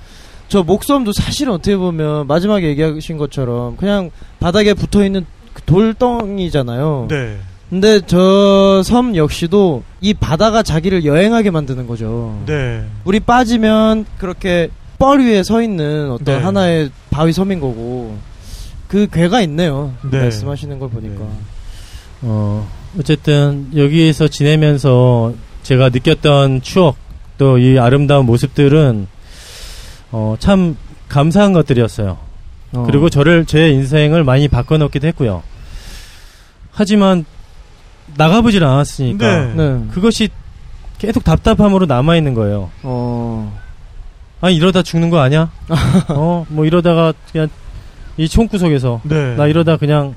S3: 저 목섬도 사실 어떻게 보면 마지막에 얘기하신 것처럼 그냥 바닥에 붙어 있는
S1: 어.
S3: 돌덩이잖아요.
S2: 네.
S3: 근데 저 섬 역시도 이 바다가 자기를 여행하게 만드는 거죠.
S2: 네.
S3: 우리 빠지면 그렇게 뻘 위에 서 있는 어떤
S2: 네.
S3: 하나의 바위 섬인 거고 그 괴가 있네요.
S2: 네.
S3: 말씀하시는 걸 보니까.
S2: 네.
S1: 어, 어쨌든 여기에서 지내면서 제가 느꼈던 추억 또 이 아름다운 모습들은 어, 참 감사한 것들이었어요.
S2: 네.
S3: 어.
S1: 그리고 저를 제 인생을 많이 바꿔놓기도 했고요. 하지만 나가보질 않았으니까
S2: 네.
S3: 네.
S1: 그것이 계속 답답함으로 남아 있는 거예요.
S3: 어.
S1: 아니 이러다 죽는 거 아니야? 어, 뭐 이러다가 그냥 이 총구석에서
S2: 네.
S1: 나 이러다 그냥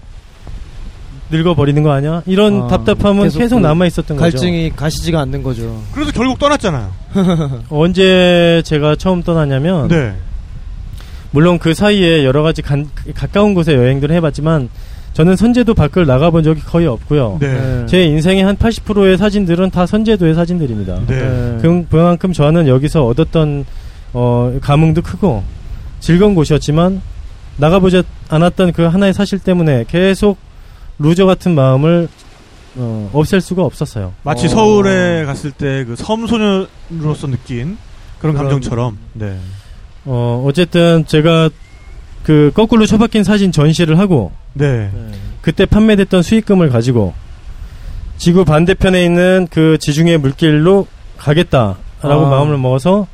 S1: 늙어 버리는 거 아니야? 이런
S3: 아,
S1: 답답함은
S3: 계속
S1: 계속,
S3: 그
S1: 남아 있었던 거죠.
S3: 갈증이 가시지가 않는 거죠.
S2: 그래서 결국 떠났잖아요.
S3: 네.
S1: 네. 언제 제가 처음 떠나냐면
S2: 네.
S1: 물론 그 사이에 여러 가지 간- 가까운 곳에 여행들을 해봤지만 저는 선제도 밖을 나가본 적이 거의 없고요.
S2: 네.
S1: 제 인생의 한 80%의 사진들은 다 선제도의 사진들입니다.
S2: 네.
S1: 그- 그만큼 저는 여기서 얻었던 어, 감흥도 크고 즐거운 곳이었지만 나가보지 않았던 그 하나의 사실 때문에 계속 루저 같은 마음을 어, 없앨 수가 없었어요.
S2: 마치
S3: 어.
S2: 서울에 갔을 때 그 섬소년으로서 느낀
S3: 그런-
S2: 그런 감정처럼. 네.
S1: 어, 어쨌든 제가 그 거꾸로 처박힌 사진 전시를 하고
S2: 네.
S1: 그때 판매됐던 수익금을 가지고 지구 반대편에 있는 그 지중해 물길로 가겠다라고
S3: 아.
S1: 마음을 먹어서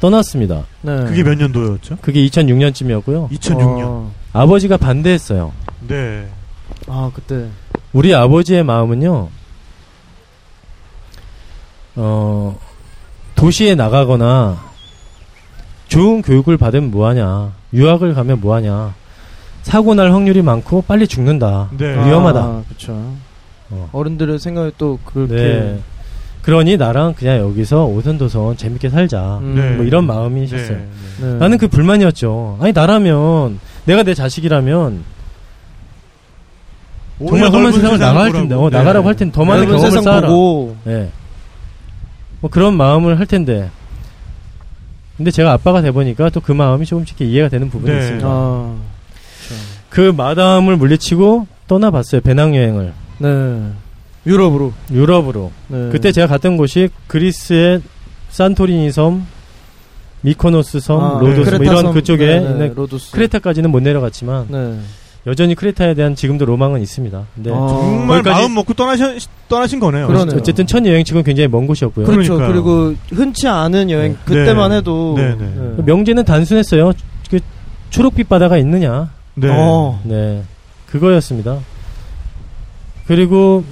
S1: 떠났습니다.
S3: 네.
S2: 그게 몇 년도였죠?
S1: 그게 2006년쯤이었고요.
S2: 2006년.
S3: 어.
S1: 아버지가 반대했어요.
S2: 네.
S3: 아 그때
S1: 우리 아버지의 마음은요, 어, 도시에 나가거나 좋은 교육을 받으면 뭐하냐, 유학을 가면 뭐하냐, 사고 날 확률이 많고 빨리 죽는다.
S2: 네.
S1: 아. 위험하다.
S3: 아, 그렇죠.
S1: 어.
S3: 어른들의 생각이 또 그렇게
S1: 네. 그러니 나랑 그냥 여기서 오선도선 재밌게 살자.
S3: 음,
S2: 네.
S1: 뭐 이런 마음이셨어요.
S2: 네.
S3: 네.
S1: 나는 그 불만이었죠. 아니 나라면 내가 내 자식이라면 정말 험한 세상을 나갈 텐데, 어,
S2: 네.
S1: 나가라고 할 텐데 더 많은
S3: 넓은
S1: 경험을
S3: 세상
S1: 쌓아라.
S3: 보고
S1: 예. 뭐 그런 마음을 할 텐데. 근데 제가 아빠가 돼 보니까 또 그 마음이 조금씩 이해가 되는 부분이
S2: 네.
S1: 있습니다.
S3: 아,
S1: 그 마담을 물리치고 떠나봤어요. 배낭 여행을
S3: 네. 유럽으로.
S1: 유럽으로.
S3: 네.
S1: 그때 제가 갔던 곳이 그리스의 산토리니 섬, 미코노스 섬,
S3: 아,
S1: 로도스
S3: 크레타
S1: 뭐 이런
S3: 섬.
S1: 그쪽에
S3: 네, 네,
S1: 있는
S3: 로도스.
S1: 크레타까지는 못 내려갔지만
S3: 네.
S1: 여전히 크레타에 대한 지금도 로망은 있습니다. 네. 근데
S3: 아,
S2: 정말
S1: 거기까지-
S2: 마음 먹고 떠나신 떠나신 거네요.
S3: 그러네요.
S1: 어쨌든 첫 여행 치고는 굉장히 먼 곳이었고요.
S3: 그렇죠.
S2: 그러니까요.
S3: 그리고 흔치 않은 여행
S1: 네.
S3: 그때만
S2: 네.
S3: 해도
S2: 네, 네.
S1: 명제는 단순했어요. 그 초록빛 바다가 있느냐.
S2: 네.
S3: 어.
S1: 네. 그거였습니다. 그리고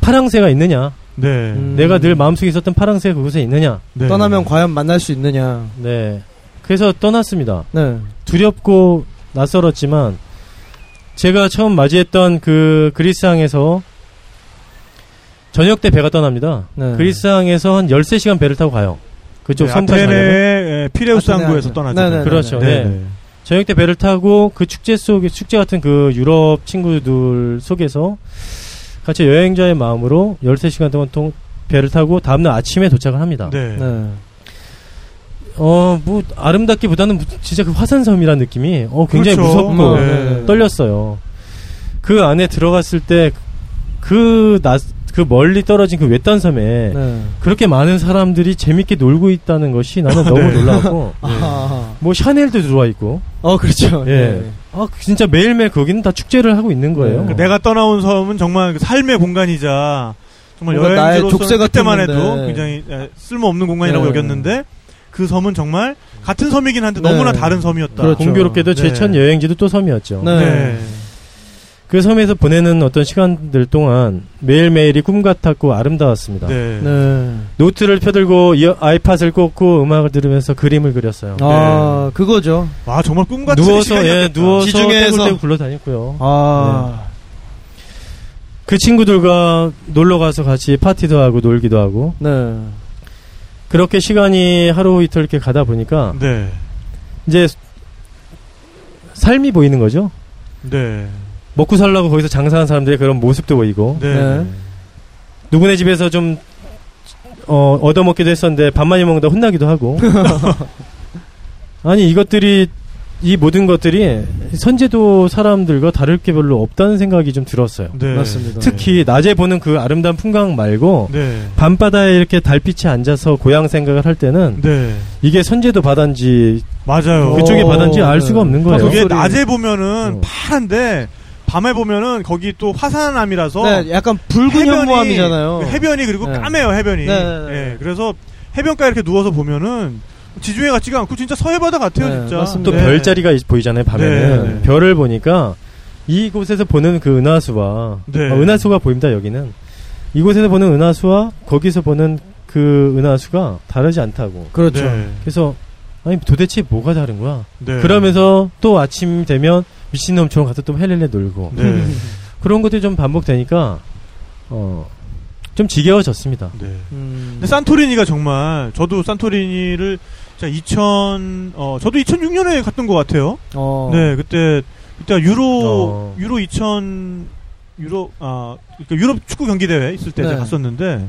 S1: 파랑새가 있느냐.
S2: 네.
S3: 음.
S1: 내가 늘 마음속에 있었던 파랑새 그곳에 있느냐.
S2: 네.
S3: 떠나면 과연 만날 수 있느냐.
S1: 네. 그래서 떠났습니다.
S3: 네.
S1: 두렵고 낯설었지만 제가 처음 맞이했던 그 그리스항에서 저녁 때 배가 떠납니다.
S3: 네.
S1: 그리스항에서 한 13시간 배를 타고 가요. 그쪽
S2: 네,
S1: 섬까지 가려면.
S2: 아테네의 피레우스
S3: 아테네
S2: 항구에서
S3: 아테네.
S2: 떠나죠.
S3: 네, 네,
S1: 그렇죠.
S2: 네.
S1: 네. 저녁 때 배를 타고 그 축제 속에 축제 같은 그 유럽 친구들 속에서 같이 여행자의 마음으로 13시간 동안 통 배를 타고 다음날 아침에 도착을 합니다.
S2: 네. 네.
S3: 네.
S1: 어, 뭐 아름답기보다는 무- 진짜 그 화산섬이라는 느낌이 어 굉장히
S2: 그렇죠.
S1: 무섭고
S2: 네.
S1: 떨렸어요. 그 안에 들어갔을 때그나그 멀리 떨어진 그 외딴 섬에
S3: 네.
S1: 그렇게 많은 사람들이 재밌게 놀고 있다는 것이 나는 너무
S2: 네.
S1: 놀라웠고
S3: 아,
S1: 뭐 샤넬도 들어와 있고
S3: 어, 그렇죠.
S1: 예. 아, 진짜 매일매일 거기는 다 축제를 하고 있는 거예요.
S2: 그러니까 내가 떠나온 섬은 정말 그 삶의 공간이자 정말
S3: 뭔가 나의 족쇄
S2: 여행지로서 그때만
S3: 같은
S2: 해도
S3: 건데.
S2: 굉장히 에, 쓸모없는 공간이라고
S3: 네.
S2: 여겼는데 그 섬은 정말 같은 섬이긴 한데
S3: 네.
S2: 너무나 다른 섬이었다.
S3: 그렇죠.
S1: 공교롭게도
S2: 네.
S1: 제 첫 여행지도 또 섬이었죠.
S3: 네.
S2: 네.
S1: 그 섬에서 보내는 어떤 시간들 동안 매일매일이 꿈 같았고 아름다웠습니다.
S2: 네.
S3: 네.
S1: 노트를 펴들고 이어- 아이팟을 꽂고 음악을 들으면서 그림을 그렸어요.
S3: 아,
S2: 네.
S3: 그거죠.
S2: 와 정말 꿈 같은
S1: 누워서 예
S2: 시간이었겠다.
S1: 누워서
S3: 지중해에서.
S1: 떼굴떼굴 굴러다녔고요.
S3: 아,
S1: 그 친구들과 놀러 가서 같이 파티도 하고 놀기도 하고
S3: 네.
S1: 그렇게 시간이 하루 이틀 이렇게 가다 보니까
S2: 네.
S1: 이제 삶이 보이는 거죠.
S2: 네.
S1: 먹고 살라고 거기서 장사하는 사람들의 그런 모습도 보이고
S2: 네.
S3: 네.
S1: 누구네 집에서 좀 어, 얻어먹기도 했었는데 밥 많이 먹는다 혼나기도 하고 아니 이것들이 이 모든 것들이 선제도 사람들과 다를 게 별로 없다는 생각이 좀 들었어요
S2: 네.
S3: 맞습니다.
S1: 특히 낮에 보는 그 아름다운 풍광 말고
S2: 네.
S1: 밤바다에 이렇게 달빛이 앉아서 고향 생각을 할 때는
S2: 네.
S1: 이게 선제도 바다인지
S2: 맞아요.
S1: 그쪽이
S3: 오,
S1: 바다인지 알
S3: 네.
S1: 수가 없는 거예요
S2: 그게
S3: 소리.
S2: 낮에 보면은
S1: 어.
S2: 파란데 밤에 보면은 거기 또 화산암이라서
S3: 네, 약간 붉은
S2: 해변이-
S3: 현무암이잖아요.
S2: 그 해변이 그리고
S3: 네.
S2: 까매요 해변이.
S3: 네, 네, 네.
S2: 예, 그래서 해변가에 이렇게 누워서 보면은 지중해 같지가 않고 진짜 서해 바다 같아요
S3: 네,
S2: 진짜.
S3: 맞습니다.
S1: 또
S2: 네.
S1: 별자리가 이- 보이잖아요 밤에는
S2: 네, 네.
S1: 별을 보니까 이곳에서 보는 그 은하수와
S2: 네.
S1: 아, 은하수가 보입니다 여기는 이곳에서 보는 은하수와 거기서 보는 그 은하수가 다르지 않다고
S3: 그렇죠.
S2: 네.
S1: 그래서 아니 도대체 뭐가 다른 거야
S2: 네.
S1: 그러면서 또 아침 되면 미친놈처럼 가서 또 헬렐레 놀고
S2: 네.
S1: 그런 것들이 좀 반복되니까 어, 좀 지겨워졌습니다
S2: 네.
S3: 음.
S2: 근데 산토리니가 정말 저도 산토리니를 자, 2000, 어, 저도 2006년에 갔던 것 같아요.
S3: 어.
S2: 네, 그때, 그때 유로,
S1: 어.
S2: 유로 2000, 유로, 아, 그러니까 유럽 축구 경기대회 있을 때
S3: 네.
S2: 제가 갔었는데,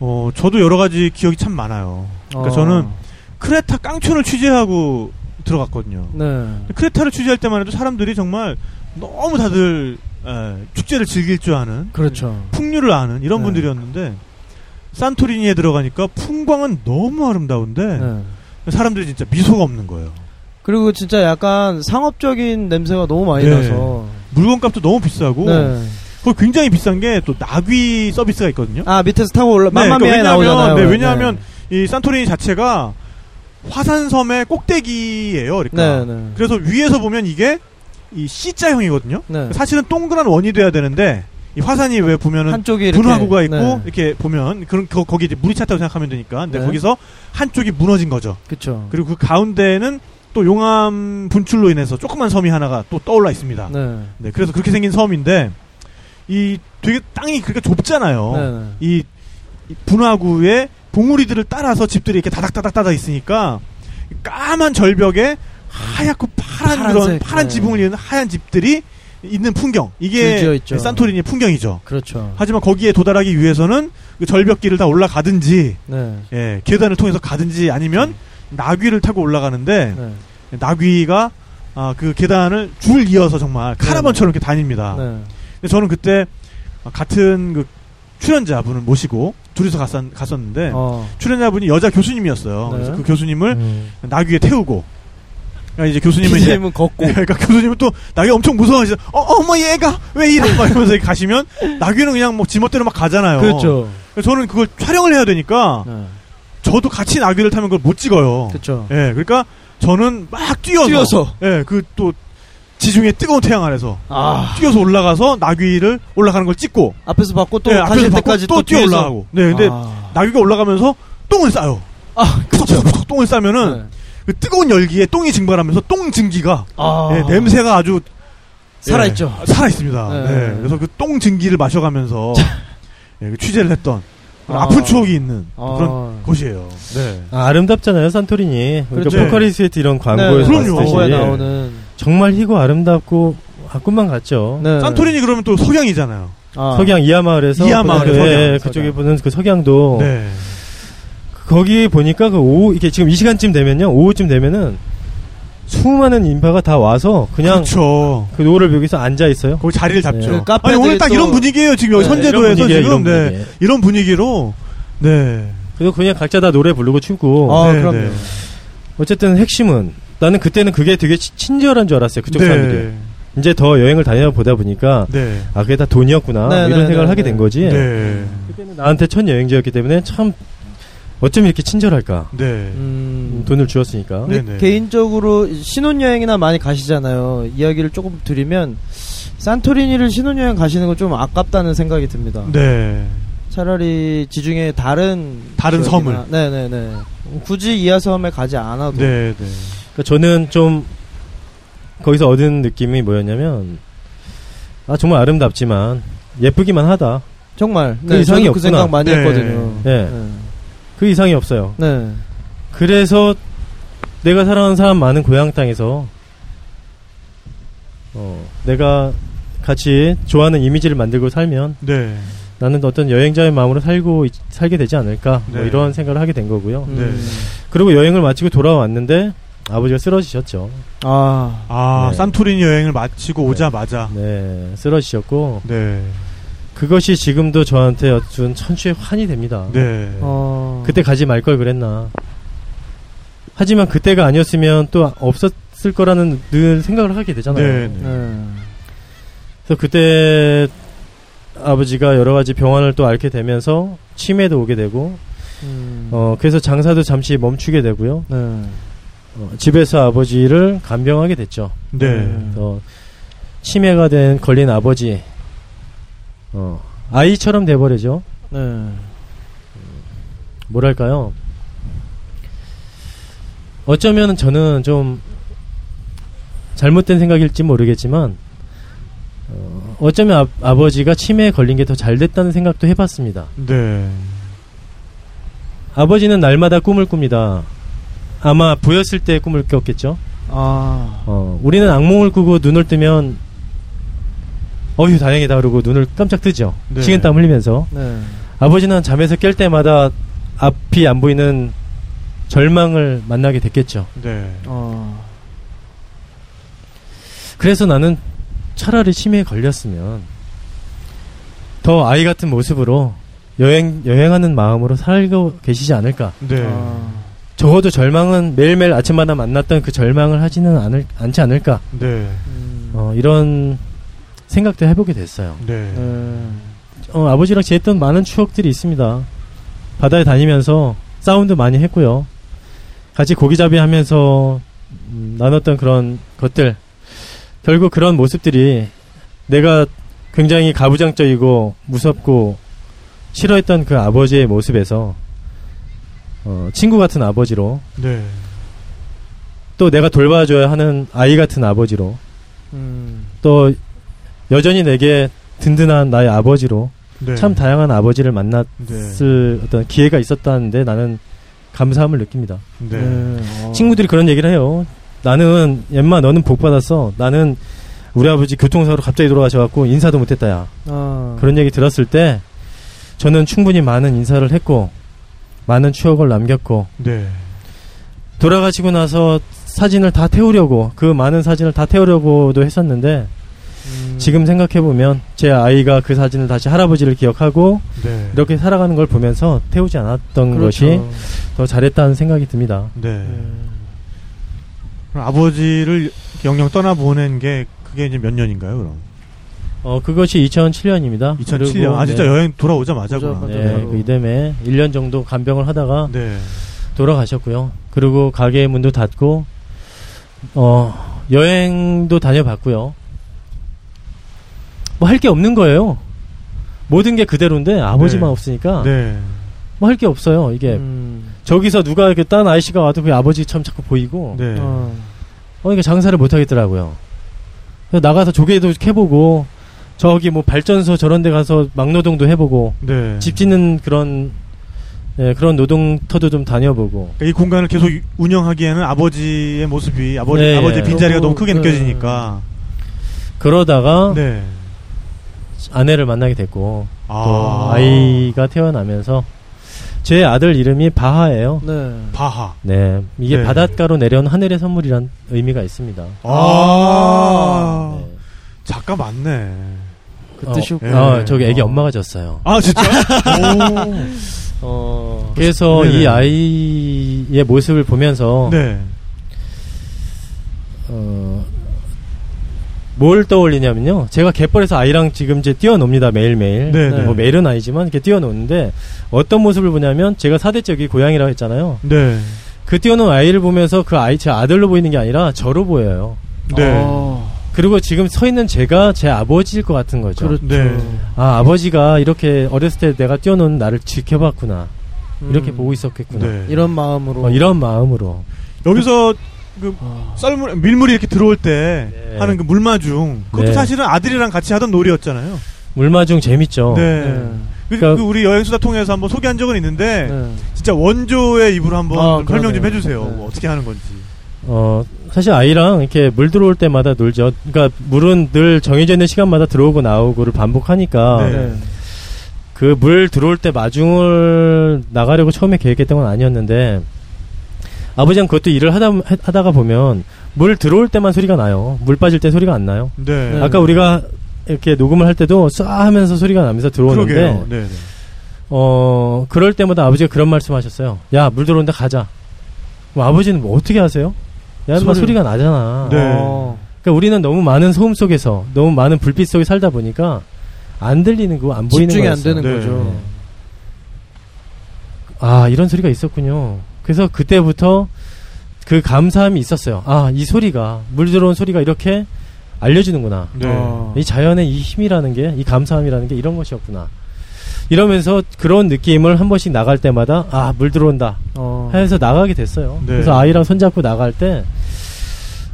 S2: 어, 저도 여러 가지 기억이 참 많아요. 그러니까
S3: 어.
S2: 저는 크레타 깡촌을 취재하고 들어갔거든요.
S3: 네.
S2: 크레타를 취재할 때만 해도 사람들이 정말 너무 다들 에, 축제를 즐길 줄 아는
S3: 그렇죠.
S2: 풍류를 아는 이런
S3: 네.
S2: 분들이었는데 산토리니에 들어가니까 풍광은 너무 아름다운데
S3: 네.
S2: 사람들이 진짜 미소가 없는 거예요.
S3: 그리고 진짜 약간 상업적인 냄새가 너무 많이
S2: 네.
S3: 나서.
S2: 물건값도 너무 비싸고
S3: 네.
S2: 거기 굉장히 비싼 게 또 나귀 서비스가 있거든요.
S3: 아 밑에서 타고 올라.
S2: 네,
S3: 맘마미아에
S2: 그러니까 왜냐하면-
S3: 나오잖아요.
S2: 네, 왜냐하면 이 산토리니 자체가 화산섬의 꼭대기예요.
S3: 네,
S2: 그러니까
S3: 네.
S2: 그래서 위에서 보면 이게 이 C자형이거든요.
S3: 네.
S2: 사실은 동그란 원이 돼야 되는데 이 화산이 왜 보면은
S3: 한쪽이 이렇게
S2: 분화구가 있고
S3: 네.
S2: 이렇게 보면 그런 거, 거기 이제 물이 찼다고 생각하면 되니까 근데
S3: 네.
S2: 거기서 한쪽이 무너진 거죠.
S3: 그렇죠.
S2: 그리고 그 가운데에는 또 용암 분출로 인해서 조그만 섬이 하나가 또 떠올라 있습니다. 네.
S3: 네.
S2: 그래서 그렇게 생긴 섬인데 이 되게 땅이 그렇게 좁잖아요.
S3: 네.
S2: 이, 이 분화구에 봉우리들을 따라서 집들이 이렇게 다닥다닥 따닥 있으니까 까만 절벽에 하얗고 파란 그런
S3: 파란색,
S2: 파란
S3: 네.
S2: 지붕을 이는 하얀 집들이 있는 풍경
S3: 줄지어
S2: 이게
S3: 있죠.
S2: 산토리니의 풍경이죠.
S3: 그렇죠.
S2: 하지만 거기에 도달하기 위해서는 그 절벽길을 다 올라가든지
S3: 네.
S2: 예, 계단을 통해서 가든지 아니면 나귀를 타고 올라가는데
S3: 네.
S2: 나귀가 아, 그 계단을 줄 이어서 정말 카라반처럼 이렇게 다닙니다.
S3: 네.
S2: 근데 저는 그때 같은 그 출연자 분을 모시고 둘이서 갔었, 갔었는데
S3: 어.
S2: 출연자 분이 여자 교수님이었어요.
S3: 네.
S2: 그래서 그 교수님을
S1: 음.
S2: 나귀에 태우고 그러니까 이제 교수님은 이제
S3: 님은 걷고.
S2: 그러니까 교수님은 또 나귀 엄청 무서워하시죠. 어, 어머 얘가 왜 이래? 막 이러면서 이렇게 가시면 나귀는 그냥 뭐 지멋대로 막 가잖아요.
S3: 그렇죠.
S2: 그래서 저는 그걸 촬영을 해야 되니까
S3: 네.
S2: 저도 같이 나귀를 타면 그걸 못 찍어요.
S3: 그렇죠.
S2: 예, 그러니까 저는 막 뛰어서,
S3: 뛰어서.
S2: 예, 그 또 지중해 뜨거운 태양 아래서
S3: 아.
S2: 뛰어서 올라가서 나귀를 올라가는 걸 찍고
S3: 앞에서 받고 또
S2: 예,
S3: 가실
S2: 받고
S3: 때까지
S2: 또 뛰어
S3: 뒤에서.
S2: 올라가고. 네, 근데
S3: 아.
S2: 나귀가 올라가면서 똥을 싸요.
S3: 아, 그렇죠.
S2: 푹푹푹 똥을 싸면은
S3: 네.
S2: 그 뜨거운 열기에 똥이 증발하면서 똥 증기가
S3: 아.
S2: 예, 냄새가 아주
S3: 살아있죠.
S2: 예, 살아 있습니다.
S3: 네.
S2: 네, 그래서 그 똥 증기를 마셔가면서 예, 그 취재를 했던 그런
S3: 아.
S2: 아픈 추억이 있는 그런
S3: 아.
S2: 곳이에요. 네.
S1: 아, 아름답잖아요 산토리니.
S3: 그렇죠.
S1: 그러니까 포카리스웨트 이런 광고에서 예.
S2: 네, 그럼요.
S1: 봤듯이
S3: 광고에 그렇죠. 나오는
S1: 정말 희고 아름답고 아, 꿈만 같죠.
S3: 네.
S2: 산토리니 그러면 또 석양이잖아요.
S3: 아.
S1: 석양 이하마을에서
S2: 이하마을에
S1: 그,
S2: 석양,
S1: 예,
S3: 석양.
S1: 그쪽에 보는 그
S3: 어.
S1: 석양도
S2: 네.
S1: 거기 보니까 그 오후 이게 지금 이 시간쯤 되면요 오후쯤 되면은 수많은 인파가 다 와서 그냥 그
S2: 그렇죠.
S1: 노를 벽에서 앉아 있어요.
S2: 거기 자리를 잡죠.
S3: 네, 그 카페들이
S2: 아니 오늘 딱
S3: 또-
S2: 이런 분위기예요. 지금 여기
S3: 네,
S2: 선제도에서
S1: 이런 분위기예요,
S2: 지금
S1: 이런
S2: 네,
S1: 분위기.
S2: 이런 분위기로 네.
S1: 그래서 그냥 각자 다 노래 부르고 추고
S3: 아,
S2: 네,
S3: 그럼요.
S2: 네.
S1: 어쨌든 핵심은 나는 그때는 그게 되게 치- 친절한 줄 알았어요 그쪽
S2: 네.
S1: 사람들이 이제 더 여행을 다녀보다 보니까
S2: 네.
S1: 아 그게 다 돈이었구나
S3: 네,
S1: 이런
S3: 네,
S1: 생각을
S3: 네,
S1: 하게
S3: 네.
S1: 된 거지
S2: 네.
S1: 그때는 나한테 첫 여행지였기 때문에 참 어쩜 이렇게 친절할까
S2: 네.
S3: 음.
S1: 돈을 주었으니까
S2: 네.
S3: 근데
S2: 네네.
S3: 개인적으로 신혼여행이나 많이 가시잖아요. 이야기를 조금 드리면 산토리니를 신혼여행 가시는 건 좀 아깝다는 생각이 듭니다.
S2: 네.
S3: 차라리 지중해 다른
S2: 다른
S3: 지역이나- 네네네. 굳이 이하 섬에 가지 않아도
S2: 네. 네.
S1: 그러니까 저는 좀 거기서 얻은 느낌이 뭐였냐면 아 정말 아름답지만 예쁘기만 하다
S3: 정말
S1: 그
S3: 네,
S1: 이상이
S3: 저도 그
S1: 없구나.
S3: 생각 많이
S2: 네.
S3: 했거든요.
S1: 네. 그 이상이 없어요
S3: 네.
S1: 그래서 내가 사랑하는 사람 많은 고향 땅에서 어, 내가 같이 좋아하는 이미지를 만들고 살면
S2: 네.
S1: 나는 어떤 여행자의 마음으로 살고 있- 살게 되지 않을까 뭐
S2: 네.
S1: 이런 생각을 하게 된 거고요.
S2: 네.
S3: 음.
S1: 그리고 여행을 마치고 돌아왔는데 아버지가 쓰러지셨죠.
S3: 아.
S2: 아,
S1: 네.
S2: 산토리니 여행을 마치고 오자마자
S1: 네, 쓰러지셨고
S2: 네.
S1: 그것이 지금도 저한테 어떤 천추의 환이 됩니다.
S2: 네.
S3: 어.
S1: 그때 가지 말 걸 그랬나. 하지만 그때가 아니었으면 또 없었을 거라는 늘 생각을 하게 되잖아요.
S2: 네, 네.
S3: 네.
S1: 그래서 그때 아버지가 여러 가지 병환을 또 앓게 되면서 치매도 오게 되고
S3: 음.
S1: 어 그래서 장사도 잠시 멈추게 되고요.
S3: 네.
S1: 어, 집에서 아버지를 간병하게 됐죠.
S2: 네.
S3: 음.
S1: 어, 치매가 된 걸린 아버지 어 아이처럼 돼버리죠.
S3: 네.
S1: 뭐랄까요? 어쩌면 저는 좀 잘못된 생각일지 모르겠지만 어, 어쩌면 아, 아버지가 치매에 걸린 게 더 잘 됐다는 생각도 해봤습니다.
S2: 네.
S1: 아버지는 날마다 꿈을 꿉니다. 아마 보였을 때 꿈을 꿨겠죠.
S3: 아.
S1: 어, 우리는 악몽을 꾸고 눈을 뜨면 어휴 다행이다 그러고 눈을 깜짝 뜨죠.
S2: 네.
S1: 식은땀 흘리면서
S3: 네.
S1: 아버지는 잠에서 깰 때마다 앞이 안 보이는 절망을 만나게 됐겠죠.
S2: 네.
S3: 어.
S1: 그래서 나는 차라리 치매에 걸렸으면 더 아이 같은 모습으로 여행 여행하는 마음으로 살고 계시지 않을까.
S2: 네.
S3: 아.
S1: 적어도 절망은 매일매일 아침마다 만났던 그 절망을 하지는 않을, 않지 않을까.
S2: 네.
S3: 음.
S1: 어, 이런 생각도 해보게 됐어요.
S2: 네.
S3: 네.
S1: 어, 아버지랑 제했던 많은 추억들이 있습니다. 바다에 다니면서 사운드 많이 했고요. 같이 고기잡이 하면서 음, 나눴던 그런 것들. 결국 그런 모습들이 내가 굉장히 가부장적이고 무섭고 싫어했던 그 아버지의 모습에서 어, 친구 같은 아버지로
S2: 네.
S1: 또 내가 돌봐줘야 하는 아이 같은 아버지로
S3: 음.
S1: 또 여전히 내게 든든한 나의 아버지로
S2: 네.
S1: 참 다양한 아버지를 만났을 어떤 기회가 있었다는데 나는 감사함을 느낍니다.
S2: 네.
S3: 어.
S1: 친구들이 그런 얘기를 해요. 나는 엠마 너는 복 받았어. 나는 우리 아버지 교통사고로 갑자기 돌아가셔갖고 인사도 못했다야.
S3: 아.
S1: 그런 얘기 들었을 때 저는 충분히 많은 인사를 했고 많은 추억을 남겼고
S2: 네.
S1: 돌아가시고 나서 사진을 다 태우려고 그 많은 사진을 다 태우려고도 했었는데
S3: 음.
S1: 지금 생각해보면 제 아이가 그 사진을 다시 할아버지를 기억하고
S2: 네.
S1: 이렇게 살아가는 걸 보면서 태우지 않았던
S3: 그렇죠.
S1: 것이 더 잘했다는 생각이 듭니다.
S2: 네.
S3: 음.
S2: 그럼 아버지를 영영 떠나보낸 게 그게 이제 몇 년인가요, 그럼?
S1: 어, 그것이 2007년입니다.
S2: 2007년. 아, 진짜 여행 돌아오자마자구나.
S3: 오자마자.
S1: 네, 그 이듬해 1년 정도 간병을 하다가
S2: 네.
S1: 돌아가셨고요. 그리고 가게 문도 닫고 어, 여행도 다녀봤고요. 뭐 할 게 없는 거예요. 모든 게 그대로인데 아버지만
S2: 네.
S1: 없으니까
S2: 네.
S1: 뭐 할 게 없어요. 이게
S3: 음.
S1: 저기서 누가 이렇게 딴 아이씨가 와도 그 아버지 참 자꾸 보이고
S2: 네.
S3: 어.
S1: 어, 이게 장사를 못 하겠더라고요. 그래서 나가서 조개도 캐보고, 저기 뭐 발전소 저런 데 가서 막노동도 해보고,
S2: 네.
S1: 집 짓는 그런, 예, 그런 노동터도 좀 다녀보고.
S2: 그러니까 이 공간을 계속 운영하기에는 아버지의 모습이 아버지
S1: 네, 어.
S2: 아버지
S1: 예.
S2: 빈자리가
S3: 너무
S2: 너무 크게
S3: 네.
S2: 느껴지니까.
S1: 그러다가
S2: 네.
S1: 아내를 만나게 됐고,
S2: 아.
S1: 아. 이가 태어나면서, 제 아들 이름이 바하예요.
S3: 네.
S2: 바하.
S1: 네, 이게
S2: 네.
S1: 바닷가로 내려온 하늘의 선물이란 의미가 있습니다.
S2: 아.
S1: 네.
S2: 작가 맞네.
S3: 그
S1: 어,
S3: 뜻이고.
S2: 예.
S1: 어, 저기 애기
S2: 어.
S1: 엄마가 졌어요.
S2: 아, 진짜?
S3: 어.
S1: 그래서
S2: 네네.
S1: 이 아이의 모습을 보면서
S2: 네.
S1: 어, 뭘 떠올리냐면요. 제가 갯벌에서 아이랑 지금 이제 뛰어놉니다. 매일매일.
S2: 네네.
S1: 뭐 매일은 아니지만 이렇게 뛰어노는데 어떤 모습을 보냐면 제가 사대째 여기 고양이라고 했잖아요.
S2: 네.
S1: 그 뛰어노는 아이를 보면서 그 아이 제 아들로 보이는 게 아니라 저로 보여요.
S2: 네.
S3: 어.
S1: 그리고 지금 서 있는 제가 제 아버지일 것 같은 거죠.
S3: 그렇죠.
S2: 네.
S1: 아, 아버지가 이렇게 어렸을 때 내가 뛰어노는 나를 지켜봤구나. 이렇게
S3: 음.
S1: 보고 있었겠구나.
S2: 네.
S3: 이런 마음으로.
S1: 어, 이런 마음으로.
S2: 여기서 그
S3: 아.
S2: 썰물 밀물이 이렇게 들어올 때
S1: 네.
S2: 하는 그 물마중 그것도
S1: 네.
S2: 사실은 아들이랑 같이 하던 놀이였잖아요.
S1: 물마중 재밌죠.
S2: 네.
S3: 네.
S2: 그,
S1: 어. 그러니까-
S2: 그 우리 여행 수다 통해서 한번 소개한 적은 있는데
S3: 네.
S2: 진짜 원조의 입으로 한번
S3: 아,
S2: 좀 설명 좀
S3: 그러네요.
S2: 해주세요.
S3: 네.
S2: 뭐 어떻게 하는 건지.
S1: 어, 사실 아이랑 이렇게 물 들어올 때마다 놀죠. 그러니까 물은 늘 정해져 있는 시간마다 들어오고 나오고를 반복하니까
S2: 네.
S3: 네.
S1: 그 물 들어올 때 마중을 나가려고 처음에 계획했던 건 아니었는데 아버지랑 그것도 일을 하다 하다가 보면 물 들어올 때만 소리가 나요. 물 빠질 때 소리가 안 나요.
S2: 네.
S3: 네.
S1: 아까 우리가 이렇게 녹음을 할 때도 쏴 하면서 소리가 나면서 들어오는데
S2: 그러게요. 네. 네.
S1: 어 그럴 때마다 아버지가 그런 말씀하셨어요. 야 물 들어온다 가자. 뭐 아버지는 뭐 어떻게 하세요? 야 인마
S3: 소리-
S1: 소리가 나잖아.
S2: 네.
S3: 어.
S1: 그러니까 우리는 너무 많은 소음 속에서 너무 많은 불빛 속에 살다 보니까 안 들리는 거 안 보이는
S3: 집중이
S1: 거였어요.
S3: 안 되는
S2: 네.
S3: 거죠.
S1: 아 이런 소리가 있었군요. 그래서 그때부터 그 감사함이 있었어요. 아 이 소리가 물 들어온 소리가 이렇게 알려주는구나.
S2: 네.
S3: 어.
S1: 이 자연의 이 힘이라는 게 이 감사함이라는 게 이런 것이었구나. 이러면서 그런 느낌을 한 번씩 나갈 때마다 아 물 들어온다
S3: 어.
S1: 해서 나가게 됐어요.
S2: 네.
S1: 그래서 아이랑 손잡고 나갈 때,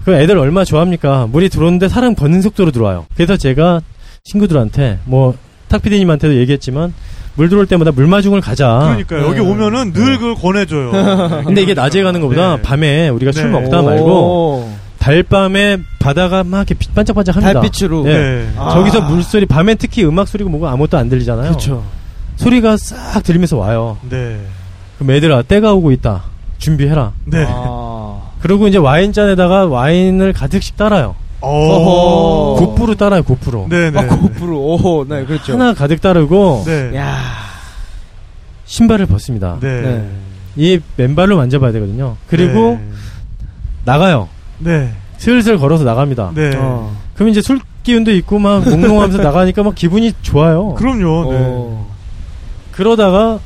S1: 그 애들 얼마 나 좋아합니까? 물이 들어오는데 사람 걷는 속도로 들어와요. 그래서 제가 친구들한테, 뭐, 탁 PD님한테도 얘기했지만, 물 들어올 때마다 물마중을 가자.
S2: 그러니까
S3: 네.
S2: 여기 오면은 늘 그걸 권해줘요.
S1: 근데 이게 낮에 가는 것보다
S2: 네.
S1: 밤에 우리가 술
S2: 네.
S1: 먹다 말고 달밤에 바다가 막 이렇게 빛- 반짝반짝합니다.
S3: 달빛으로.
S1: 네.
S2: 네.
S3: 아.
S1: 저기서 물소리 밤에 특히 음악 소리고 뭐고 아무것도 안 들리잖아요.
S3: 그렇죠.
S1: 소리가 싹 들리면서 와요.
S2: 네.
S1: 그럼 애들아 때가 오고 있다. 준비해라.
S2: 네.
S3: 아.
S1: 그리고 이제 와인잔에다가 와인을 가득씩 따라요.
S2: 어.
S3: 어.
S1: 고프로 따라요. 고프로.
S2: 네네.
S3: 아, 고프로. 오호. 네, 그렇죠.
S1: 하나 가득 따르고
S2: 네.
S3: 야.
S1: 신발을 벗습니다.
S2: 네.
S3: 네.
S1: 이 맨발로 만져봐야 되거든요. 그리고 나가요.
S2: 네.
S1: 슬슬 걸어서 나갑니다.
S2: 네. 네.
S3: 어.
S1: 그럼 이제 술 기운도 있고 막 몽롱하면서 나가니까 막 기분이 좋아요.
S2: 그럼요. 네.
S3: 어.
S1: 그러다가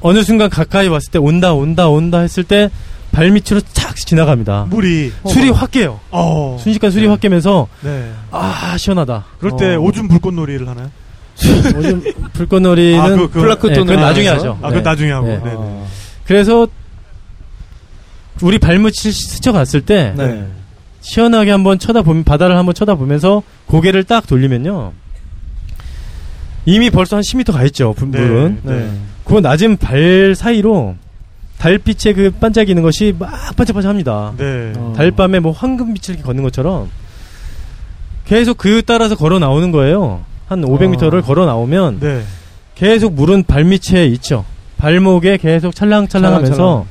S1: 어느 순간 가까이 왔을 때 온다 온다 온다 했을 때 발밑으로 착 지나갑니다.
S2: 네. 물이
S1: 술이 확 깨요.
S2: 어.
S1: 순식간 술이 확 깨면서
S2: 네.
S1: 아 시원하다.
S2: 그럴 때
S3: 어.
S2: 오줌 불꽃놀이를 하나요?
S1: 요즘 불꽃놀이는
S2: 아, 그-
S1: 그,
S2: 그건-
S3: 플라크톤을
S1: 그건 나중에
S3: 하면서?
S1: 하죠.
S2: 아, 그건
S1: 네.
S2: 나중에 하고.
S1: 네.
S2: 네. 네.
S3: 아.
S1: 래서 우리 발밑을 스쳐갔을 때
S3: 네.
S1: 시원하게 한번 쳐다보면 바다를 한번 쳐다보면서 고개를 딱 돌리면요. 이미 벌써 한 10m 가 있죠. 분-
S2: 네.
S1: 물은.
S2: 네.
S1: 그 낮은 발 사이로 달빛에 그 반짝이는 것이 막 반짝반짝합니다.
S2: 네.
S3: 어.
S1: 달밤에 뭐 황금빛을 이렇게 걷는 것처럼 계속 그 따라서 걸어 나오는 거예요. 한
S2: 아.
S1: 500m를 걸어 나오면
S2: 네.
S1: 계속 물은 발밑에 있죠. 발목에 계속 찰랑찰랑하면서
S3: 찰랑찰랑.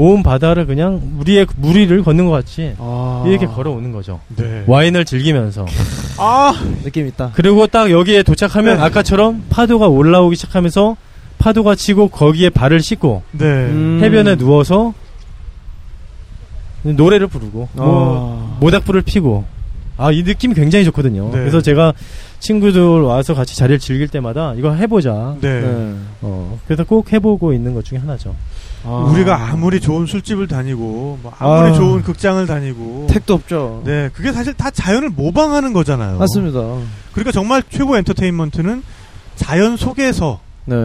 S1: 온 바다를 그냥 우리의 무리를 걷는 것 같이
S3: 아.
S1: 이렇게 걸어오는 거죠.
S2: 네.
S1: 와인을 즐기면서
S2: 아,
S3: 느낌 있다.
S1: 그리고 딱 여기에 도착하면
S2: 네.
S1: 아까처럼 파도가 올라오기 시작하면서 파도가 치고 거기에 발을 씻고
S2: 네.
S3: 음.
S1: 해변에 누워서 노래를 부르고 뭐
S3: 아.
S1: 모닥불을 피고 아 이 느낌이 굉장히 좋거든요.
S2: 네.
S1: 그래서 제가 친구들 와서 같이 자리를 즐길 때마다 이거 해보자.
S2: 네.
S3: 네.
S1: 어, 그래서 꼭 해보고 있는 것 중에 하나죠.
S3: 아.
S2: 우리가 아무리 좋은 술집을 다니고 뭐 아무리
S3: 아.
S2: 좋은 극장을 다니고
S3: 택도 없죠.
S2: 네, 그게 사실 다 자연을 모방하는 거잖아요.
S3: 맞습니다.
S2: 그러니까 정말 최고 엔터테인먼트는 자연 속에서
S3: 네.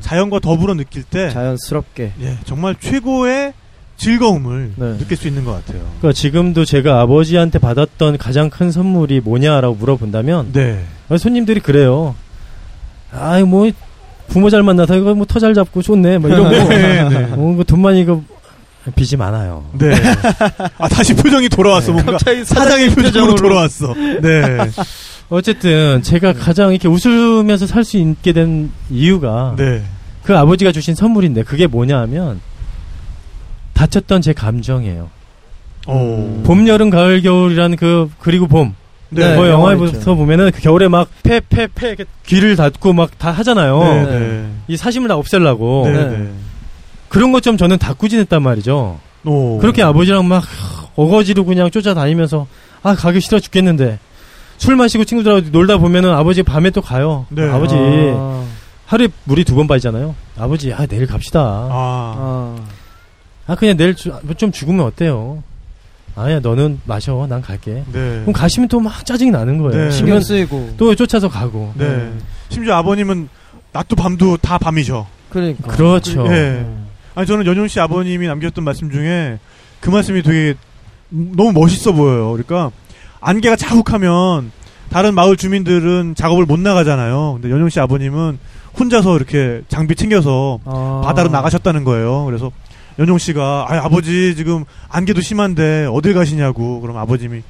S2: 자연과 더불어 느낄 때
S3: 자연스럽게.
S2: 예, 정말 최고의 즐거움을
S3: 네.
S2: 느낄 수 있는 것 같아요.
S1: 그러니까 지금도 제가 아버지한테 받았던 가장 큰 선물이 뭐냐라고 물어본다면
S2: 네.
S1: 아, 손님들이 그래요. 아이 뭐 부모 잘 만나서 이거 뭐 터잘 잡고 좋네. 뭐 이런 거.
S2: 네, 네.
S1: 어, 이거 돈만 이거 빚이 많아요.
S2: 네. 아, 다시 표정이 돌아왔어, 뭔가. 사장의 표정으로 돌아왔어. 네.
S1: 어쨌든 제가 가장 이렇게 웃으면서 살 수 있게 된 이유가
S2: 네.
S1: 그 아버지가 주신 선물인데 그게 뭐냐 하면 다쳤던 제 감정이에요.
S2: 어.
S1: 봄, 여름, 가을, 겨울이라는 그 그리고 봄.
S3: 네,
S1: 뭐
S3: 영화
S1: 영화에서
S3: 있죠.
S1: 보면은 그 겨울에 막 패 패 패 이렇게 귀를 닫고 막 다 하잖아요.
S2: 네,
S3: 네.
S2: 네.
S1: 이 사심을 다 없애려고
S2: 네,
S3: 네.
S2: 네.
S1: 그런 것 좀 저는 다 꾸짖었단 말이죠.
S2: 오.
S1: 그렇게 아버지랑 막 어거지로 그냥 쫓아다니면서 아 가기 싫어 죽겠는데 술 마시고 친구들하고 놀다 보면은 아버지 밤에 또 가요.
S2: 네.
S1: 아버지
S3: 아.
S1: 하루에 물이 두 번 빠지잖아요. 아버지 아 내일 갑시다.
S2: 아.
S3: 아.
S1: 아 그냥 내일 주- 좀 죽으면 어때요? 아니야 너는 마셔 난 갈게.
S2: 네.
S1: 그럼 가시면 또 막 짜증이 나는 거예요.
S2: 네.
S3: 신경
S1: 신경 쓰-
S3: 쓰이고.
S1: 또 쫓아서 가고.
S2: 네. 심지어 아버님은 낮도 밤도 다 밤이죠.
S3: 그러니까.
S1: 그렇죠.
S2: 예. 아니 저는 연용 씨 아버님이 남겼던 말씀 중에 그 말씀이 되게 너무 멋있어 보여요. 그러니까 안개가 자욱하면 다른 마을 주민들은 작업을 못 나가잖아요. 근데 연용 씨 아버님은 혼자서 이렇게 장비 챙겨서
S3: 아.
S2: 바다로 나가셨다는 거예요. 그래서 연용 씨가 아 아버지 지금 안개도 심한데 어딜 가시냐고 그럼 아버님이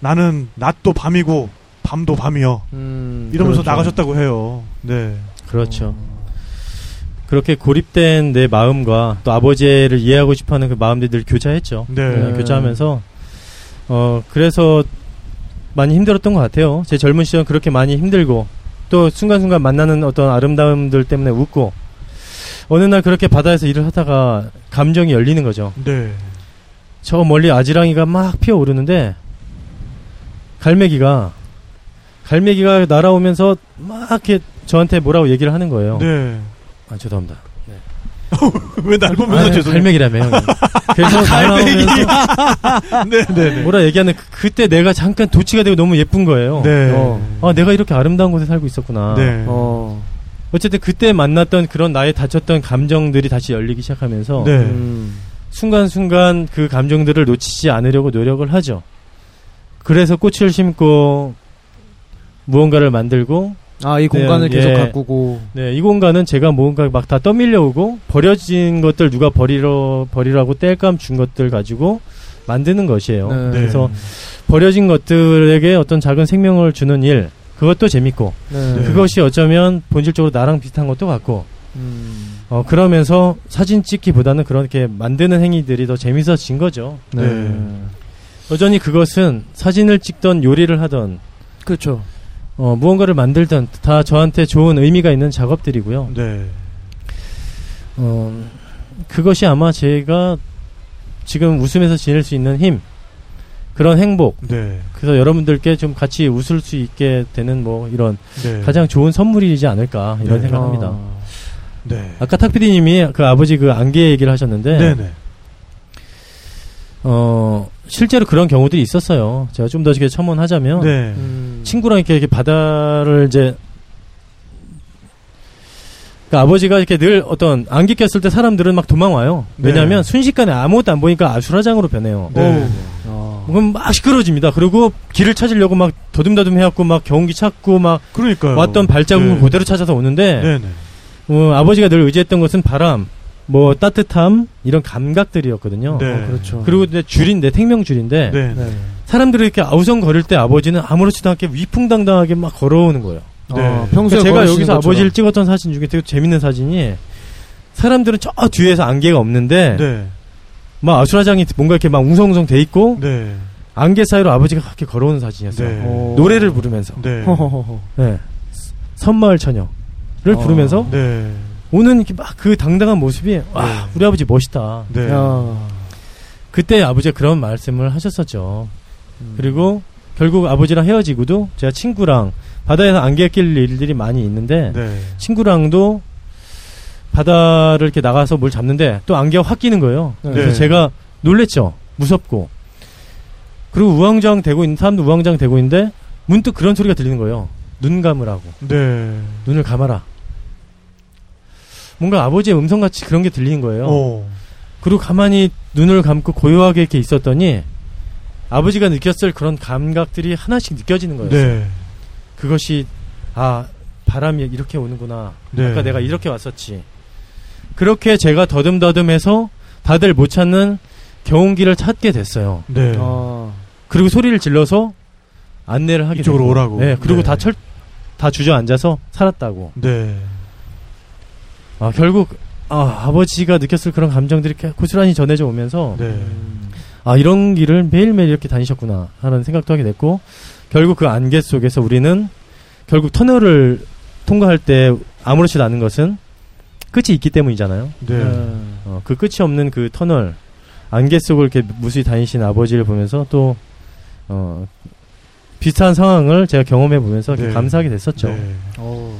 S2: 나는 낮도 밤이고 밤도 밤이요
S3: 음,
S2: 이러면서
S3: 그렇죠.
S2: 나가셨다고 해요. 네.
S1: 그렇죠. 그렇게 고립된 내 마음과 또 아버지를 이해하고 싶어하는 그 마음들이 늘 교차했죠.
S2: 네.
S1: 네, 교차하면서 어 그래서 많이 힘들었던 것 같아요. 제 젊은 시절 그렇게 많이 힘들고 또 순간순간 만나는 어떤 아름다움들 때문에 웃고 어느 날 그렇게 바다에서 일을 하다가 감정이 열리는 거죠.
S2: 네.
S1: 저 멀리 아지랑이가 막 피어오르는데 갈매기가 갈매기가 날아오면서 막 이렇게 저한테 뭐라고 얘기를 하는 거예요.
S2: 네.
S1: 아 죄송합니다.
S2: 왜 날 보면서
S1: 아니,
S2: 죄송해요.
S1: 갈매기라며. 형님. 그래서 날아오면서
S2: 네, 네, 네.
S1: 뭐라 얘기하는 그- 그때 내가 잠깐 도치가 되고 너무 예쁜 거예요.
S2: 네.
S1: 어. 아 내가 이렇게 아름다운 곳에 살고 있었구나.
S2: 네.
S3: 어.
S1: 어쨌든 그때 만났던 그런 나의 닫혔던 감정들이 다시 열리기 시작하면서
S2: 네.
S3: 음.
S1: 순간순간 그 감정들을 놓치지 않으려고 노력을 하죠. 그래서 꽃을 심고 무언가를 만들고
S3: 아, 이 공간을
S1: 네,
S3: 계속
S1: 예.
S3: 가꾸고.
S1: 네, 이 공간은 제가 뭔가 막 다 떠밀려오고 버려진 것들 누가 버리러 버리라고 뗄감 준 것들 가지고 만드는 것이에요.
S3: 네.
S1: 그래서 버려진 것들에게 어떤 작은 생명을 주는 일 그것도 재밌고
S3: 네.
S2: 네.
S1: 그것이 어쩌면 본질적으로 나랑 비슷한 것도 같고
S3: 음.
S1: 어, 그러면서 사진 찍기보다는 그렇게 만드는 행위들이 더 재밌어진 거죠.
S3: 네.
S2: 네.
S1: 여전히 그것은 사진을 찍던 요리를 하던
S3: 그렇죠.
S1: 어, 무언가를 만들던 다 저한테 좋은 의미가 있는 작업들이고요.
S2: 네.
S1: 어, 그것이 아마 제가 지금 웃으면서 지낼 수 있는 힘, 그런 행복,
S2: 네.
S1: 그래서 여러분들께 좀 같이 웃을 수 있게 되는 뭐 이런
S2: 네.
S1: 가장 좋은 선물이지 않을까 이런
S2: 네.
S1: 생각합니다.
S3: 아.
S2: 네.
S1: 아까 탁PD님이 그 아버지 그 안개 얘기를 하셨는데,
S2: 네. 네.
S1: 어, 실제로 그런 경우들이 있었어요. 제가 좀 더 이렇게 첨언하자면,
S2: 네.
S3: 음.
S1: 친구랑 이렇게, 이렇게 바다를 이제 그러니까 아버지가 이렇게 늘 어떤 안개 꼈을 때 사람들은 막 도망와요.
S2: 네.
S1: 왜냐하면 순식간에 아무것도 안 보니까 아수라장으로 변해요.
S2: 네.
S3: 어.
S1: 그럼 막 시끄러집니다. 그리고 길을 찾으려고 막 더듬더듬 해갖고 막 경기 찾고 막
S2: 그러니까요.
S1: 왔던 발자국을
S2: 네.
S1: 그대로 찾아서 오는데
S2: 네. 네.
S1: 어, 아버지가 늘 의지했던 것은 바람, 뭐 따뜻함 이런 감각들이었거든요.
S2: 네.
S3: 어, 그렇죠.
S1: 그리고 내 줄인데 생명 줄인데
S2: 네. 네.
S3: 네.
S1: 사람들이 이렇게 아우성거릴 때 아버지는 아무렇지도 않게 위풍당당하게 막 걸어오는 거예요.
S3: 어,
S2: 네.
S3: 평소에
S1: 그러니까 제가
S3: 걸으시는
S1: 여기서
S3: 것처럼.
S1: 아버지를 찍었던 사진 중에 되게 재밌는 사진이 사람들은 저 뒤에서 안개가 없는데
S2: 네.
S1: 막 아수라장이 뭔가 이렇게 막 웅성웅성 돼 있고
S2: 네.
S1: 안개 사이로 아버지가 그렇게 걸어오는 사진이었어요.
S2: 네.
S3: 어.
S1: 노래를 부르면서
S2: 네.
S3: 허허허허.
S1: 네. 선마을 처녀를
S2: 아.
S3: 어.
S1: 부르면서
S2: 네.
S1: 오는 이렇게 막 그 당당한 모습이 와 우리 아버지 멋있다.
S2: 네.
S3: 야.
S1: 그때 아버지가 그런 말씀을 하셨었죠.
S3: 음.
S1: 그리고 결국 아버지랑 헤어지고도 제가 친구랑 바다에서 안개 낄 일들이 많이 있는데
S2: 네.
S1: 친구랑도 바다를 이렇게 나가서 뭘 잡는데 또 안개가 확 끼는 거예요.
S3: 네.
S1: 그래서 제가 놀랬죠. 무섭고. 그리고 우왕좌왕 되고 있는 사람도 우왕좌왕 되고 있는데 문득 그런 소리가 들리는 거예요. 눈 감으라고.
S2: 네.
S1: 눈을 감아라. 뭔가 아버지의 음성같이 그런 게 들리는 거예요.
S2: 어.
S1: 그리고 가만히 눈을 감고 고요하게 이렇게 있었더니 아버지가 느꼈을 그런 감각들이 하나씩 느껴지는 거예요.
S2: 네.
S1: 그것이 아 바람이 이렇게 오는구나.
S2: 네.
S1: 아까 내가 이렇게 왔었지. 그렇게 제가 더듬더듬해서 다들 못 찾는 경운기를 찾게 됐어요.
S2: 네.
S3: 어.
S1: 그리고 소리를 질러서 안내를 하게
S2: 이쪽으로
S1: 됐고.
S2: 오라고.
S1: 네, 그리고
S2: 네.
S1: 다 철 다 주저앉아서 살았다고.
S2: 네.
S1: 아 결국 아, 아버지가 느꼈을 그런 감정들이 이렇게 고스란히 전해져 오면서
S2: 네.
S3: 음.
S1: 아 이런 길을 매일매일 이렇게 다니셨구나 하는 생각도 하게 됐고 결국 그 안개 속에서 우리는 결국 터널을 통과할 때 아무렇지도 않은 것은 끝이 있기 때문이잖아요.
S2: 네.
S3: 음.
S1: 어, 그 끝이 없는 그 터널 안개 속을 이렇게 무수히 다니신 아버지를 보면서 또 어, 비슷한 상황을 제가 경험해 보면서 이렇게
S2: 네.
S1: 감사하게 됐었죠.
S2: 네.
S3: 어.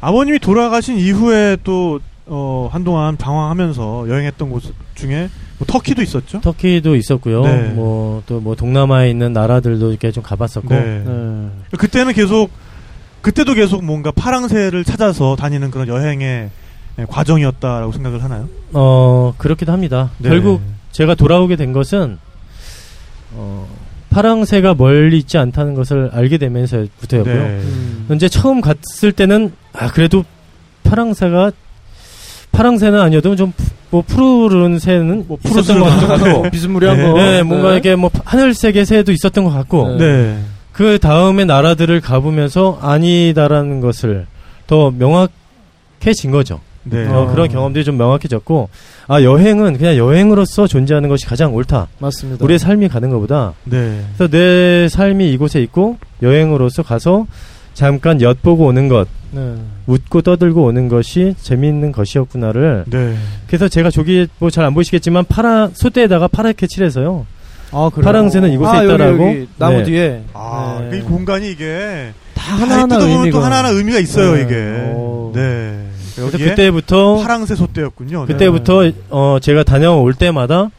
S2: 아버님이 돌아가신 이후에 또 어, 한동안 방황하면서 여행했던 곳 중에 뭐 터키도 있었죠?
S1: 터키도 있었고요.
S2: 네.
S1: 뭐 또 뭐 동남아에 있는 나라들도 이렇게 좀 가봤었고.
S2: 네.
S3: 네.
S1: 음.
S2: 그때는 계속 그때도 계속 뭔가 파랑새를 찾아서 다니는 그런 여행의 예, 과정이었다라고 생각을 하나요?
S1: 어 그렇기도 합니다.
S2: 네.
S1: 결국 제가 돌아오게 된 것은 어, 파랑새가 멀리 있지 않다는 것을 알게 되면서부터였고요.
S2: 네.
S3: 음.
S1: 이제 처음 갔을 때는 아 그래도 파랑새가 파랑새는 아니어도 좀 뭐 푸르른 새는
S2: 뭐
S1: 있었던
S2: 푸르른
S3: 음.
S1: 것 같고
S3: 비스무리한
S2: 네.
S3: 거.
S1: 네, 뭔가 이게 뭐 하늘색의 새도 있었던 것 같고
S3: 네.
S2: 네.
S1: 그 다음에 나라들을 가보면서 아니다라는 것을 더 명확해진 거죠.
S2: 네.
S1: 어, 그런 경험들이 좀 명확해졌고 아 여행은 그냥 여행으로서 존재하는 것이 가장 옳다.
S3: 맞습니다.
S1: 네. 우리의 삶이 가는 것보다
S2: 네.
S1: 그래서 내 삶이 이곳에 있고 여행으로서 가서 잠깐 엿보고 오는 것,
S3: 네.
S1: 웃고 떠들고 오는 것이 재미있는 것이었구나를
S2: 네.
S1: 그래서 제가 저기 뭐 잘 안 보이시겠지만 파라 소대에다가 파랗게 칠해서요.
S3: 아, 그래요?
S1: 파랑새는 이곳에
S3: 아, 여기,
S1: 있다라고?
S3: 여기 나무
S1: 네.
S3: 뒤에
S2: 아,
S3: 네.
S2: 이 공간이 이게
S3: 다
S2: 하나하나
S3: 하나하나
S2: 뜯어보면
S3: 의미가
S2: 또 하나하나 의미가 있어요,
S3: 네.
S2: 이게.
S3: 오.
S2: 네.
S1: 그래서
S2: 여기에
S1: 그때부터
S2: 파랑새 소떼였군요. 네.
S1: 그때부터 어 제가 다녀올 때마다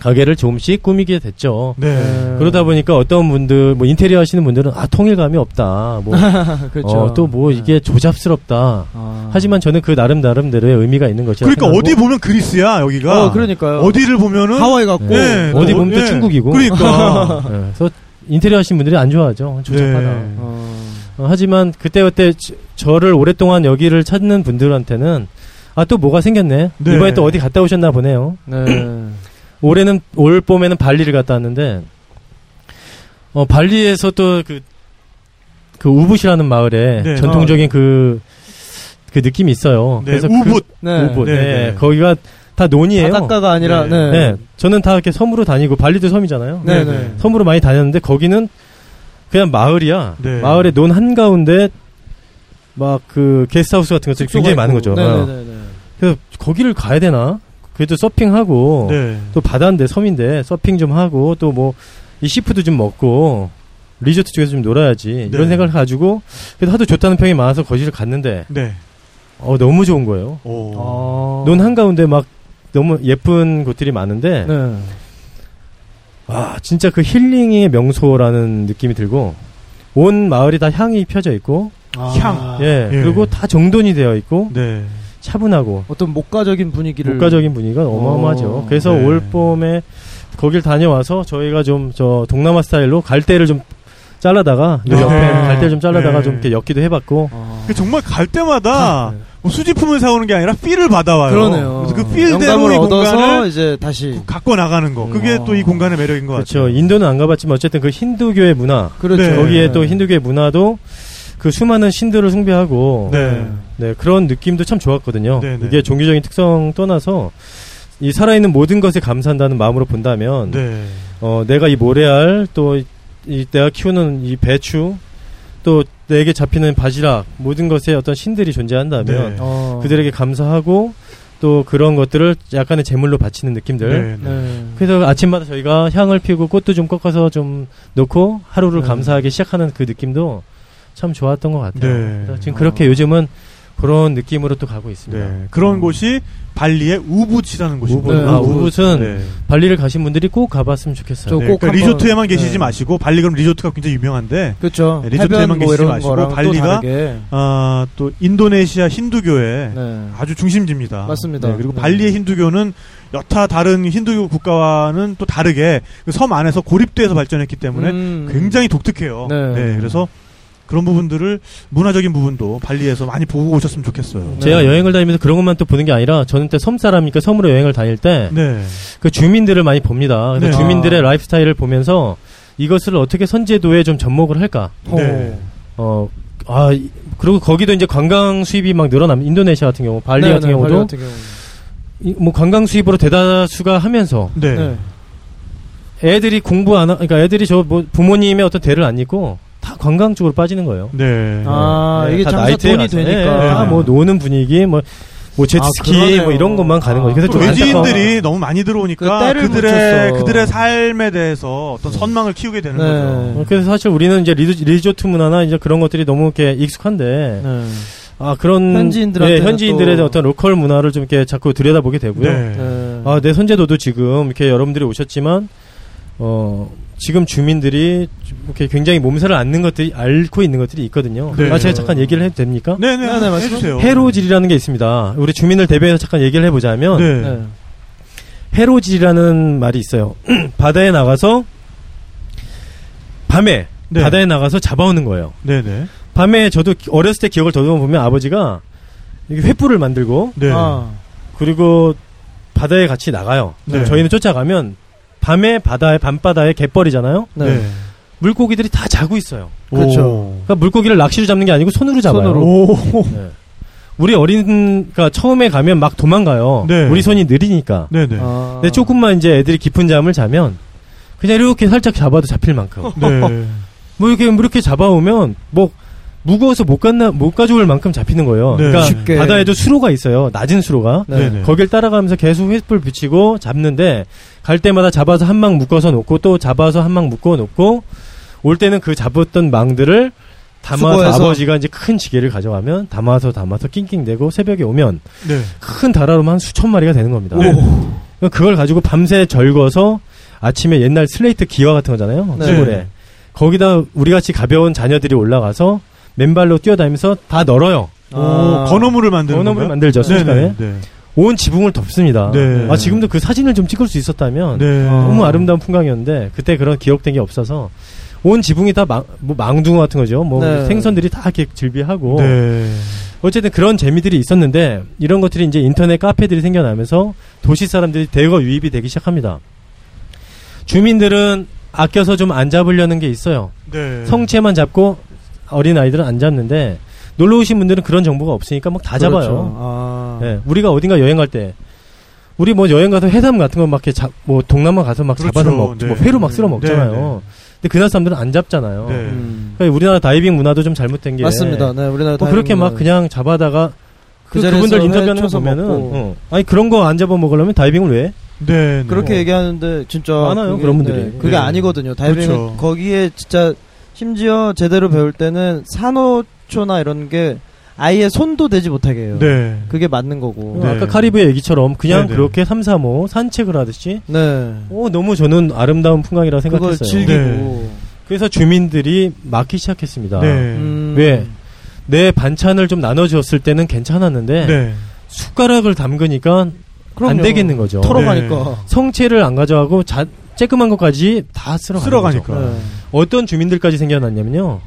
S1: 가게를 조금씩 꾸미게 됐죠.
S2: 네.
S3: 음.
S1: 그러다 보니까 어떤 분들 뭐 인테리어 하시는 분들은 아 통일감이 없다. 뭐
S3: 그렇죠.
S1: 또 뭐
S2: 네.
S1: 이게 조잡스럽다.
S3: 아.
S1: 하지만 저는 그 나름 나름대로의 의미가 있는 것이라고
S2: 그러니까
S1: 생각하고
S2: 어디 보면 그리스야, 여기가.
S3: 어, 그러니까요.
S2: 어디를 보면은
S3: 하와이 같고.
S2: 네.
S1: 어디
S2: 어,
S1: 보면 또
S2: 예.
S1: 중국이고.
S2: 그러니까.
S1: 네, 예, 그래서 인테리어 하신 분들이 안 좋아하죠. 조잡하다.
S2: 네.
S3: 어.
S1: 어, 하지만 그때그때 저- 저를 오랫동안 여기를 찾는 분들한테는 아 또 뭐가 생겼네.
S2: 네.
S1: 이번에 또 어디 갔다 오셨나 보네요.
S3: 네.
S1: 올해는 올 봄에는 발리를 갔다 왔는데 어 발리에서 또그그 그 우붓이라는 마을에
S2: 네.
S1: 전통적인 그 그 느낌이 있어요.
S2: 네,
S1: 그-
S2: 우붓.
S3: 네.
S1: 우붓.
S2: 네,
S1: 네,
S2: 네.
S1: 거기가 다 논이에요.
S3: 바닷가가 아니라
S2: 네.
S3: 네.
S1: 네. 저는 다 이렇게 섬으로 다니고 발리도 섬이잖아요.
S3: 네,
S2: 네.
S3: 네.
S1: 섬으로 많이 다녔는데 거기는 그냥 마을이야.
S2: 네.
S1: 마을의 논 한가운데 막 그 게스트하우스 같은 것들이 굉장히 많은 거죠.
S3: 네,
S1: 어.
S3: 네, 네.
S1: 그래서 거기를 가야 되나? 그래도 서핑하고
S2: 네.
S1: 또 바다인데 섬인데 서핑 좀 하고 또 뭐 이 시푸드 좀 먹고 리조트 쪽에서 좀 놀아야지
S2: 네.
S1: 이런 생각을 가지고 그래도 하도 좋다는 평이 많아서 거기를 갔는데
S2: 네.
S1: 어 너무 좋은 거예요.
S2: 오.
S3: 아.
S1: 어. 논 한가운데 막 너무 예쁜 곳들이 많은데
S3: 네.
S1: 와 진짜 그 힐링의 명소라는 느낌이 들고 온 마을이 다 향이 펴져 있고
S3: 아.
S2: 향.
S1: 예,
S2: 예.
S1: 그리고 다 정돈이 되어 있고
S2: 네.
S1: 차분하고
S3: 어떤 목가적인 분위기를
S1: 국가적인 분위기가 어마어마하죠.
S3: 어,
S1: 그래서
S2: 네.
S1: 올 봄에 거길 다녀와서 저희가 좀 저 동남아 스타일로 갈대를 좀 잘라다가 요
S2: 네.
S1: 옆에 갈대를 좀 잘라다가
S2: 네.
S1: 좀 이렇게 엮기도 해봤고
S3: 아.
S2: 그 정말 갈 때마다 뭐 수지품을 사오는 게 아니라 삘을 받아와요.
S3: 네. 그러네요.
S2: 그래서 그 삘대로
S3: 영감을
S2: 이
S3: 얻어서
S2: 공간을
S3: 이제 다시
S2: 갖고 나가는 거. 그게
S3: 음.
S2: 또 이 공간의 매력인 것 같아요.
S1: 그렇죠. 인도는 안 가봤지만 어쨌든 그 힌두교의 문화
S3: 그렇죠.
S2: 네.
S1: 거기에 또 힌두교의 문화도 그 수많은 신들을 숭배하고
S2: 네.
S1: 네, 그런 느낌도 참 좋았거든요.
S2: 네, 네.
S1: 이게 종교적인 특성 떠나서 이 살아있는 모든 것에 감사한다는 마음으로 본다면
S2: 네.
S1: 어, 내가 이 모래알, 또, 이, 이 내가 키우는 이 배추, 또 내게 잡히는 바지락, 모든 것에 어떤 신들이 존재한다면,
S2: 네.
S3: 어.
S1: 그들에게 감사하고, 또 그런 것들을 약간의 제물로 바치는 느낌들.
S2: 네. 네.
S3: 네.
S1: 그래서 아침마다 저희가 향을 피우고 꽃도 좀 꺾어서 좀 넣고 하루를
S3: 네.
S1: 감사하게 시작하는 그 느낌도 참 좋았던 것 같아요.
S2: 네.
S1: 그래서 지금 그렇게 요즘은 그런 느낌으로 또 가고 있습니다.
S3: 네.
S2: 네. 그런 곳이 발리의 우붓이라는
S1: 우붓,
S2: 곳이고요.
S3: 뭐,
S1: 아, 우붓은
S2: 네.
S1: 발리를 가신 분들이 꼭 가봤으면 좋겠어요.
S3: 저-
S2: 네,
S3: 꼭
S2: 그러니까
S3: 한번-
S2: 리조트에만
S3: 네.
S2: 계시지 마시고 발리 그럼 리조트가 굉장히 유명한데
S3: 그렇죠.
S2: 네, 리조트
S3: 해변
S2: 대만
S3: 뭐 이런
S2: 계시지 마시고
S3: 거랑 또
S2: 발리가-
S3: 다르게.
S2: 아, 또 인도네시아 힌두교의
S3: 네.
S2: 아주 중심지입니다.
S3: 맞습니다.
S2: 네, 그리고
S3: 네.
S2: 발리의 힌두교는 여타 다른 힌두교 국가와는 또 다르게 그 섬 안에서 고립돼서 발전했기 때문에
S3: 음.
S2: 굉장히 독특해요. 네.
S3: 네.
S2: 그래서 그런 부분들을 문화적인 부분도 발리에서 많이 보고 오셨으면 좋겠어요.
S3: 네.
S1: 제가 여행을 다니면서 그런 것만 또 보는 게 아니라 저는 때 섬 사람이니까 섬으로 여행을 다닐 때 그
S2: 네.
S1: 주민들을 많이 봅니다. 그래서
S2: 네.
S1: 주민들의
S3: 아.
S1: 라이프스타일을 보면서 이것을 어떻게 선제도에 좀 접목을 할까?
S3: 오.
S2: 네.
S1: 어, 아, 이- 그리고 거기도 이제 관광 수입이 막 늘어납니다. 인도네시아 같은 경우, 발리
S3: 네,
S1: 같은
S3: 네, 발리
S1: 경우도
S3: 같은 경우는.
S1: 이- 뭐 관광 수입으로 대다수가 하면서
S2: 네.
S3: 네.
S1: 애들이 공부 안 하, 그러니까 애들이 저 뭐 부모님의 어떤 대를 안 입고 다 관광 쪽으로 빠지는 거예요.
S2: 네.
S3: 아,
S1: 네,
S3: 이게
S1: 다
S3: 장사
S1: 나이트에
S3: 돈이
S1: 가서,
S3: 되니까. 아,
S1: 예, 다 뭐 노는 분위기, 뭐, 뭐 제트스키,
S3: 네. 그러네요.
S1: 뭐 이런 것만 가는 거죠. 그래서
S2: 또
S1: 좀 안타까워.
S2: 외지인들이 너무 많이
S3: 그
S2: 들어오니까
S3: 때를
S2: 그들의
S3: 묻혔어.
S2: 그들의 삶에 대해서 어떤 선망을 키우게 되는
S3: 네.
S2: 거죠.
S1: 어, 그래서 사실 우리는 이제 리조, 리조트 문화나 이제 그런 것들이 너무 이렇게 익숙한데
S3: 네.
S1: 아 그런
S3: 현지인들한테는
S1: 예, 현지인들의
S3: 또-
S1: 어떤 로컬 문화를 좀 이렇게 자꾸 들여다보게 되고요.
S2: 네.
S3: 네.
S1: 아 내 선제도도 지금 이렇게 여러분들이 오셨지만 어 지금 주민들이 좀 이렇게 굉장히 몸살을 앓는 것들이 앓고 있는 것들이 있거든요.
S2: 네.
S1: 아 제가 잠깐 얘기를 해도 됩니까?
S2: 네, 네,
S3: 네, 네, 말씀.
S2: 해주세요.
S1: 해로질이라는 게 있습니다. 우리 주민을 대변해서 잠깐 얘기를 해보자면
S2: 네.
S3: 네.
S1: 해로질이라는 말이 있어요. 바다에 나가서 밤에
S2: 네.
S1: 바다에 나가서 잡아오는 거예요.
S2: 네, 네.
S1: 밤에 저도 기- 어렸을 때 기억을 더듬어 보면 아버지가 이게 횃불을 만들고
S2: 네.
S3: 아.
S1: 그리고 바다에 같이 나가요.
S2: 네.
S1: 저희는 쫓아가면 밤에 바다에 밤바다에 갯벌이잖아요.
S3: 네.
S1: 물고기들이 다 자고 있어요.
S2: 그렇죠.
S1: 그러니까 물고기를 낚시로 잡는 게 아니고 손으로 잡아요.
S3: 손으로.
S2: 오.
S1: 네. 우리 어린 그러니까 처음에 가면 막 도망가요.
S2: 네.
S1: 우리 손이 느리니까.
S2: 네, 네.
S3: 아.
S1: 근데 조금만 이제 애들이 깊은 잠을 자면 그냥 이렇게 살짝 잡아도 잡힐 만큼.
S2: 네.
S1: 뭐 이렇게 이렇게 잡아오면 뭐 무거워서 못 갔나 못 가져올 만큼 잡히는 거예요.
S2: 네.
S1: 그러니까
S3: 쉽게.
S1: 바다에도 수로가 있어요. 낮은 수로가.
S2: 네, 네.
S1: 거길 따라가면서 계속 횃불 비치고 잡는데 갈 때마다 잡아서 한 망 묶어서 놓고 또 잡아서 한 망 묶어 놓고 올 때는 그 잡았던 망들을 담아서
S3: 수거해서.
S1: 아버지가 이제 큰 지게를 가져가면 담아서 담아서 낑낑대고 새벽에 오면
S2: 네.
S1: 큰 다라로만 한 수천 마리가 되는 겁니다.
S2: 네.
S1: 그러니까 그걸 가지고 밤새 절거서 아침에 옛날 슬레이트 기와 같은 거잖아요.
S3: 네.
S1: 시골에. 거기다 우리같이 가벼운 자녀들이 올라가서 맨발로 뛰어다니면서 다 널어요.
S2: 오, 뭐 건어물을 만드는
S1: 원어물
S2: 건가요?
S1: 아, 만들죠.
S2: 네,
S1: 순식간에.
S2: 네. 네.
S1: 온 지붕을 덮습니다.
S2: 네.
S1: 아, 지금도 그 사진을 좀 찍을 수 있었다면
S2: 네.
S1: 너무 아름다운 풍광이었는데 그때 그런 기억된 게 없어서 온 지붕이 다 망, 뭐 망둥어 같은 거죠. 뭐
S3: 네.
S1: 생선들이 다 이렇게 즐비하고
S2: 네.
S1: 어쨌든 그런 재미들이 있었는데 이런 것들이 이제 인터넷 카페들이 생겨나면서 도시 사람들이 대거 유입이 되기 시작합니다. 주민들은 아껴서 좀 안 잡으려는 게 있어요.
S2: 네.
S1: 성체만 잡고 어린 아이들은 안 잡는데 놀러 오신 분들은 그런 정보가 없으니까 막 다
S3: 그렇죠.
S1: 잡아요.
S2: 아.
S1: 예, 우리가 어딘가 여행 갈 때 우리 뭐 여행 가서 해삼 같은 거 막 이렇게 자, 뭐 동남아 가서 막
S2: 그렇죠.
S1: 잡아서 먹, 뭐
S2: 네.
S1: 회로 막 쓸어
S2: 음,
S1: 먹잖아요.
S2: 네, 네.
S1: 근데 그날 사람들은 안 잡잖아요.
S2: 네.
S3: 음.
S1: 그러니까 우리나라 다이빙 문화도 좀 잘못된 게
S3: 맞습니다. 네, 우리나라
S1: 예. 뭐 그렇게
S3: 다이빙
S1: 막 그냥 잡아다가 그,
S3: 그 자리에서
S1: 그분들
S3: 회
S1: 인터뷰하는 거
S3: 쳐서
S1: 보면은
S3: 먹고.
S1: 어, 아니 그런 거 안 잡아 먹으려면 다이빙을 왜? 해?
S2: 네. 네.
S3: 그렇게 얘기하는데 진짜
S1: 뭐 많아요,
S3: 그게,
S1: 그런 분들이.
S3: 네, 그게
S2: 네.
S3: 아니거든요. 다이빙은
S2: 그렇죠.
S3: 거기에 진짜 심지어 제대로 배울 때는 산호초나 이런 게 아예 손도 대지 못하게 해요.
S2: 네.
S3: 그게 맞는 거고.
S1: 어,
S2: 네.
S1: 아까 카리브의 얘기처럼 그냥
S2: 네, 네.
S1: 그렇게 삼삼오 산책을 하듯이
S3: 네.
S1: 오 너무 저는 아름다운 풍광이라고
S3: 그걸
S1: 생각했어요.
S3: 즐기고.
S2: 네.
S1: 그래서 주민들이 막기 시작했습니다.
S2: 네.
S3: 음.
S1: 왜? 내 반찬을 좀 나눠줬을 때는 괜찮았는데
S2: 네.
S1: 숟가락을 담그니까
S3: 그럼요.
S1: 안 되겠는 거죠.
S2: 털어-
S3: 털어가니까.
S1: 성체를 안 가져가고 자, 쬐끔한 것까지 다 쓸어가는 거죠.
S2: 쓸어가니까.
S3: 네.
S1: 어떤 주민들까지 생겨났냐면요.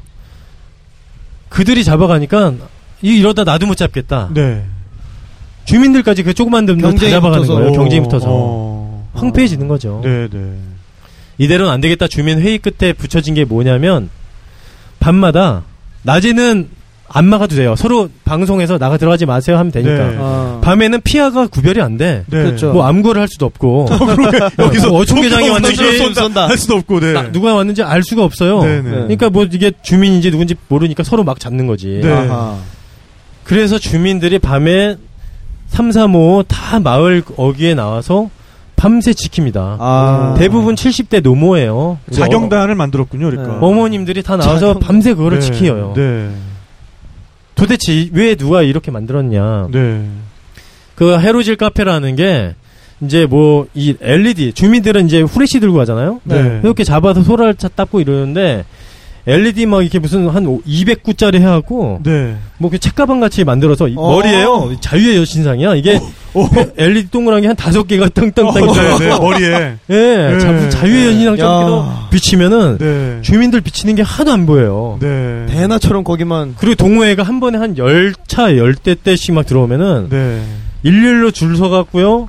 S1: 그들이 잡아가니까 이- 이러다 나도 못 잡겠다.
S2: 네.
S1: 주민들까지 그 조그만 놈들 다
S3: 경쟁이
S1: 잡아가는
S3: 붙어서.
S1: 거예요.
S2: 어,
S1: 경쟁이 붙어서
S2: 어.
S1: 황폐해지는 거죠.
S2: 네, 네.
S1: 이대로는 안 되겠다. 주민 회의 끝에 붙여진 게 뭐냐면 밤마다 낮에는 안 막아도 돼요. 서로 방송에서 나가 들어가지 마세요 하면 되니까.
S2: 네.
S3: 아.
S1: 밤에는 피하가 구별이 안 돼.
S2: 네. 아,
S3: 그렇죠.
S1: 뭐 암구를 할 수도 없고
S2: 여기서
S1: 뭐 어촌계장이
S2: 도쿄
S1: 왔는지
S2: 쏜다, 쏜다. 할 수도 없고, 네.
S1: 나- 누가 왔는지 알 수가 없어요.
S2: 네, 네.
S1: 그러니까 뭐 이게 주민인지 누군지 모르니까 서로 막 잡는 거지.
S2: 네.
S3: 아하.
S1: 그래서 주민들이 밤에 3, 3, 5다 마을 어귀에 나와서 밤새 지킵니다.
S3: 아.
S1: 대부분 70대 노모예요.
S2: 그렇죠. 자경단을 만들었군요, 그러니까.
S3: 네.
S1: 어, 머님들이다 나와서
S3: 자경-
S1: 밤새 그거를
S2: 네.
S1: 지켜요.
S2: 네.
S1: 도대체 이- 왜 누가 이렇게 만들었냐.
S2: 네.
S1: 그 헤로질 카페라는 게 이제 뭐 이 LED 주민들은 이제 후레쉬 들고 가잖아요.
S2: 네.
S1: 이렇게 잡아서 소라를 차 닦고 이러는데 LED 막 이렇게 무슨 한 200구짜리 해갖고
S2: 네.
S1: 뭐그 책가방 같이 만들어서 이
S3: 어.
S1: 머리에요 자유의 여신상이야 이게
S2: 오.
S1: LED 동그란 게 한 다섯 개가 떵떵떵
S2: 어. 네, 네. 머리에.
S1: 예,
S2: 네.
S1: 자- 자유의
S3: 야.
S1: 여신상처럼 이렇게 비치면은
S2: 네.
S1: 주민들 비치는 게 하나도 안 보여요.
S2: 네.
S3: 대나처럼 거기만.
S1: 그리고 동호회가 한 번에 한 열차열0대 때씩 막 들어오면은
S2: 네.
S1: 일일로 줄 서갖고요.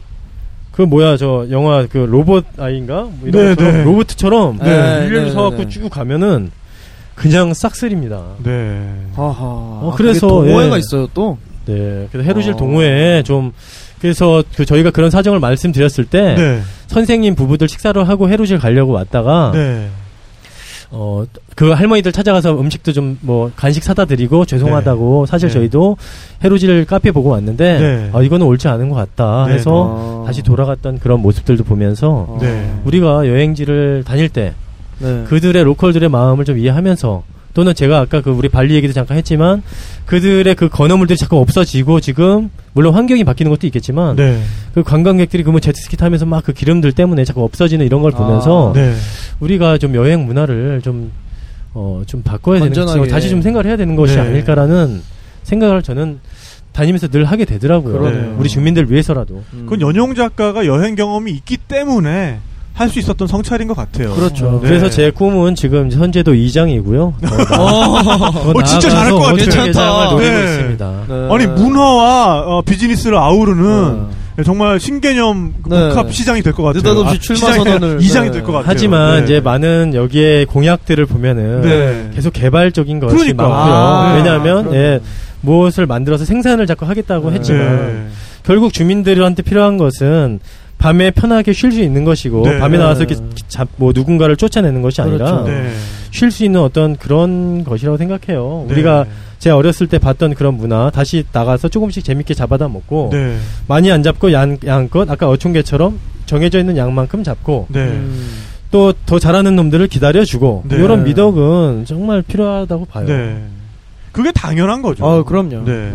S1: 그 뭐야 저 영화 그 로봇 아이인가 뭐 이런
S2: 네,
S1: 것처럼
S2: 네.
S1: 로봇처럼
S3: 네,
S1: 일렬로
S3: 네,
S1: 서갖고
S3: 네.
S1: 쭉 가면은 그냥 싹쓸입니다.
S2: 네.
S3: 아하.
S1: 어, 그래서,
S3: 그게 동호회가
S1: 예.
S3: 있어요 또.
S1: 네, 그래서 헤루질
S3: 어.
S1: 동호회에 좀 그래서 그 저희가 그런 사정을 말씀드렸을 때
S2: 네.
S1: 선생님 부부들 식사를 하고 헤루질 가려고 왔다가
S2: 네.
S1: 어 그 할머니들 찾아가서 음식도 좀 뭐 간식 사다 드리고 죄송하다고 사실
S2: 네.
S1: 저희도 헤루질 카페 보고 왔는데
S2: 네.
S1: 아 이거는 옳지 않은 것 같다
S2: 네,
S1: 해서 다시 돌아갔던 그런 모습들도 보면서
S3: 어.
S2: 네.
S1: 우리가 여행지를 다닐 때
S3: 네.
S1: 그들의 로컬들의 마음을 좀 이해하면서 또는 제가 아까 그 우리 발리 얘기도 잠깐 했지만 그들의 그 건어물들이 자꾸 없어지고 지금 물론 환경이 바뀌는 것도 있겠지만
S2: 네.
S1: 그 관광객들이 그뭐 제트스키 타면서 막 그 기름들 때문에 자꾸 없어지는 이런 걸
S3: 아,
S1: 보면서
S2: 네.
S1: 우리가 좀 여행 문화를 좀 어, 좀 바꿔야 되는
S3: 건전하게.
S1: 것이고 다시 좀 생각을 해야 되는 것이
S2: 네.
S1: 아닐까라는 생각을 저는 다니면서 늘 하게 되더라고요.
S3: 그러네요.
S1: 우리 주민들 위해서라도.
S3: 음.
S2: 그건 연용 작가가 여행 경험이 있기 때문에 할 수 있었던 성찰인 것 같아요.
S3: 그렇죠.
S2: 네.
S1: 그래서 제 꿈은 지금 현재도 2장이고요.
S2: 어, 진짜 잘할 것 같아.
S1: 장을 노리고
S2: 네.
S1: 있습니다.
S3: 아. 네.
S2: 아니 문화와 어, 비즈니스를 아우르는
S3: 네.
S2: 정말 신개념 그
S3: 네.
S2: 복합 시장이 될 것 같아요.
S3: 느닷없이 출마
S2: 시장이 아니라
S3: 선언을.
S2: 이장이
S3: 네.
S2: 될 것 같아요.
S1: 하지만
S2: 네.
S1: 이제 많은 여기에 공약들을 보면은
S2: 네.
S1: 계속 개발적인 것이
S2: 그러니까.
S1: 많고요.
S2: 아,
S1: 왜냐하면
S3: 그러네.
S1: 예, 무엇을 만들어서 생산을 자꾸 하겠다고
S3: 네.
S1: 했지만 결국 주민들한테 필요한 것은 밤에 편하게 쉴 수 있는 것이고
S2: 네.
S1: 밤에 나와서 이렇게 잡, 뭐 누군가를 쫓아내는 것이
S3: 그렇죠.
S1: 아니라
S2: 네. 네.
S1: 쉴 수 있는 어떤 그런 것이라고 생각해요.
S2: 네.
S1: 우리가 제가 어렸을 때 봤던 그런 문화 다시 나가서 조금씩 재밌게 잡아다 먹고
S2: 네.
S1: 많이 안 잡고 양, 양껏 아까 어촌개처럼 정해져 있는 양만큼 잡고
S2: 네.
S3: 음.
S1: 또 더 잘하는 놈들을 기다려주고
S2: 네.
S1: 이런 미덕은 정말 필요하다고 봐요.
S2: 네. 그게 당연한 거죠.
S3: 아 그럼요.
S2: 네.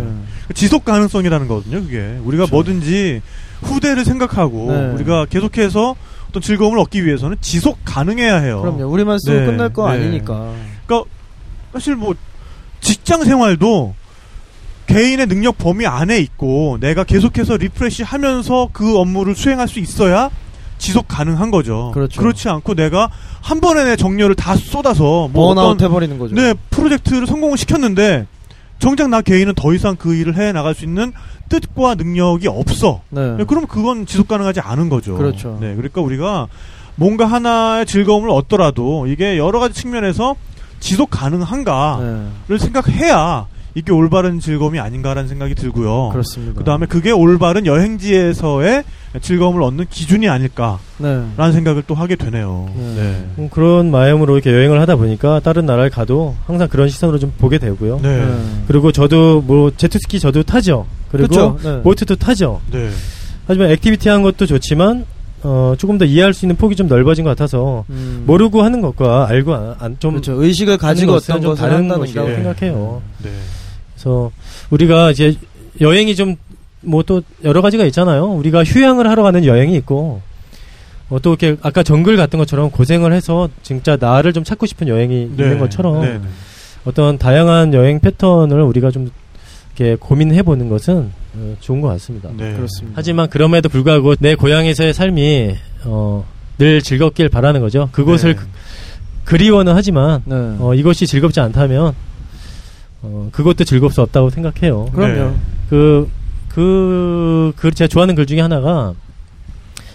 S2: 지속 가능성이라는 거거든요. 그게 우리가 뭐든지 후대를 생각하고
S3: 그렇죠. 네.
S2: 우리가 계속해서 어떤 즐거움을 얻기 위해서는 지속 가능해야 해요.
S3: 그럼요. 우리만 쓰고
S2: 네.
S3: 끝날 거
S2: 네.
S3: 아니니까.
S2: 그러니까 사실 뭐 직장 생활도 개인의 능력 범위 안에 있고 내가 계속해서 리프레시 하면서 그 업무를 수행할 수 있어야 지속 가능한 거죠.
S3: 그렇죠.
S2: 지 않고 내가 한 번에 내 정렬을 다 쏟아서 뭐
S3: 번아웃
S2: 어떤
S3: 해버리는 거죠.
S2: 네 프로젝트를 성공을 시켰는데 정작 나 개인은 더 이상 그 일을 해 나갈 수 있는 뜻과 능력이 없어.
S3: 네.
S2: 네, 그럼 그건 지속 가능하지 않은 거죠.
S3: 그렇죠.
S2: 네, 그러니까 우리가 뭔가 하나의 즐거움을 얻더라도 이게 여러 가지 측면에서 지속 가능한가를
S3: 네,
S2: 생각해야 이게 올바른 즐거움이 아닌가라는 생각이 들고요.
S3: 그렇습니다.
S2: 그 다음에 그게 올바른 여행지에서의 즐거움을 얻는 기준이 아닐까라는
S3: 네.
S2: 생각을 또 하게 되네요.
S3: 네.
S2: 네.
S1: 음, 그런 마음으로 이렇게 여행을 하다 보니까 다른 나라를 가도 항상 그런 시선으로 좀 보게 되고요.
S2: 네.
S1: 그리고 저도 뭐 제트스키 저도 타죠. 그리고
S3: 그렇죠. 네.
S1: 보트도 타죠.
S2: 네.
S1: 하지만 액티비티 한 것도 좋지만 어, 조금 더 이해할 수 있는 폭이 좀 넓어진 것 같아서
S3: 음.
S1: 모르고 하는 것과 알고 안, 안- 좀
S3: 그렇죠. 의식을 가지고
S1: 하는 것은
S3: 어떤
S1: 좀
S3: 것을
S1: 다른
S3: 한다는
S1: 것이라고
S2: 게.
S1: 생각해요.
S2: 네.
S1: 그래서 우리가 이제 여행이 좀 뭐 또 여러 가지가 있잖아요. 우리가 휴양을 하러 가는 여행이 있고 어, 또 이렇게 아까 정글 같은 것처럼 고생을 해서 진짜 나를 좀 찾고 싶은 여행이
S2: 네.
S1: 있는 것처럼
S2: 네. 네.
S1: 어떤 다양한 여행 패턴을 우리가 좀 이렇게 고민해 보는 것은 어, 좋은 것 같습니다.
S2: 네.
S3: 그렇습니다.
S1: 하지만 그럼에도 불구하고 내 고향에서의 삶이 어, 늘 즐겁길 바라는 거죠. 그곳을
S2: 네.
S1: 그, 리워는 하지만
S3: 네.
S1: 어, 이것이 즐겁지 않다면 어, 그것도 즐겁 수 없다고 생각해요.
S3: 그럼요.
S1: 그, 그, 그, 제가 좋아하는 글 중에 하나가,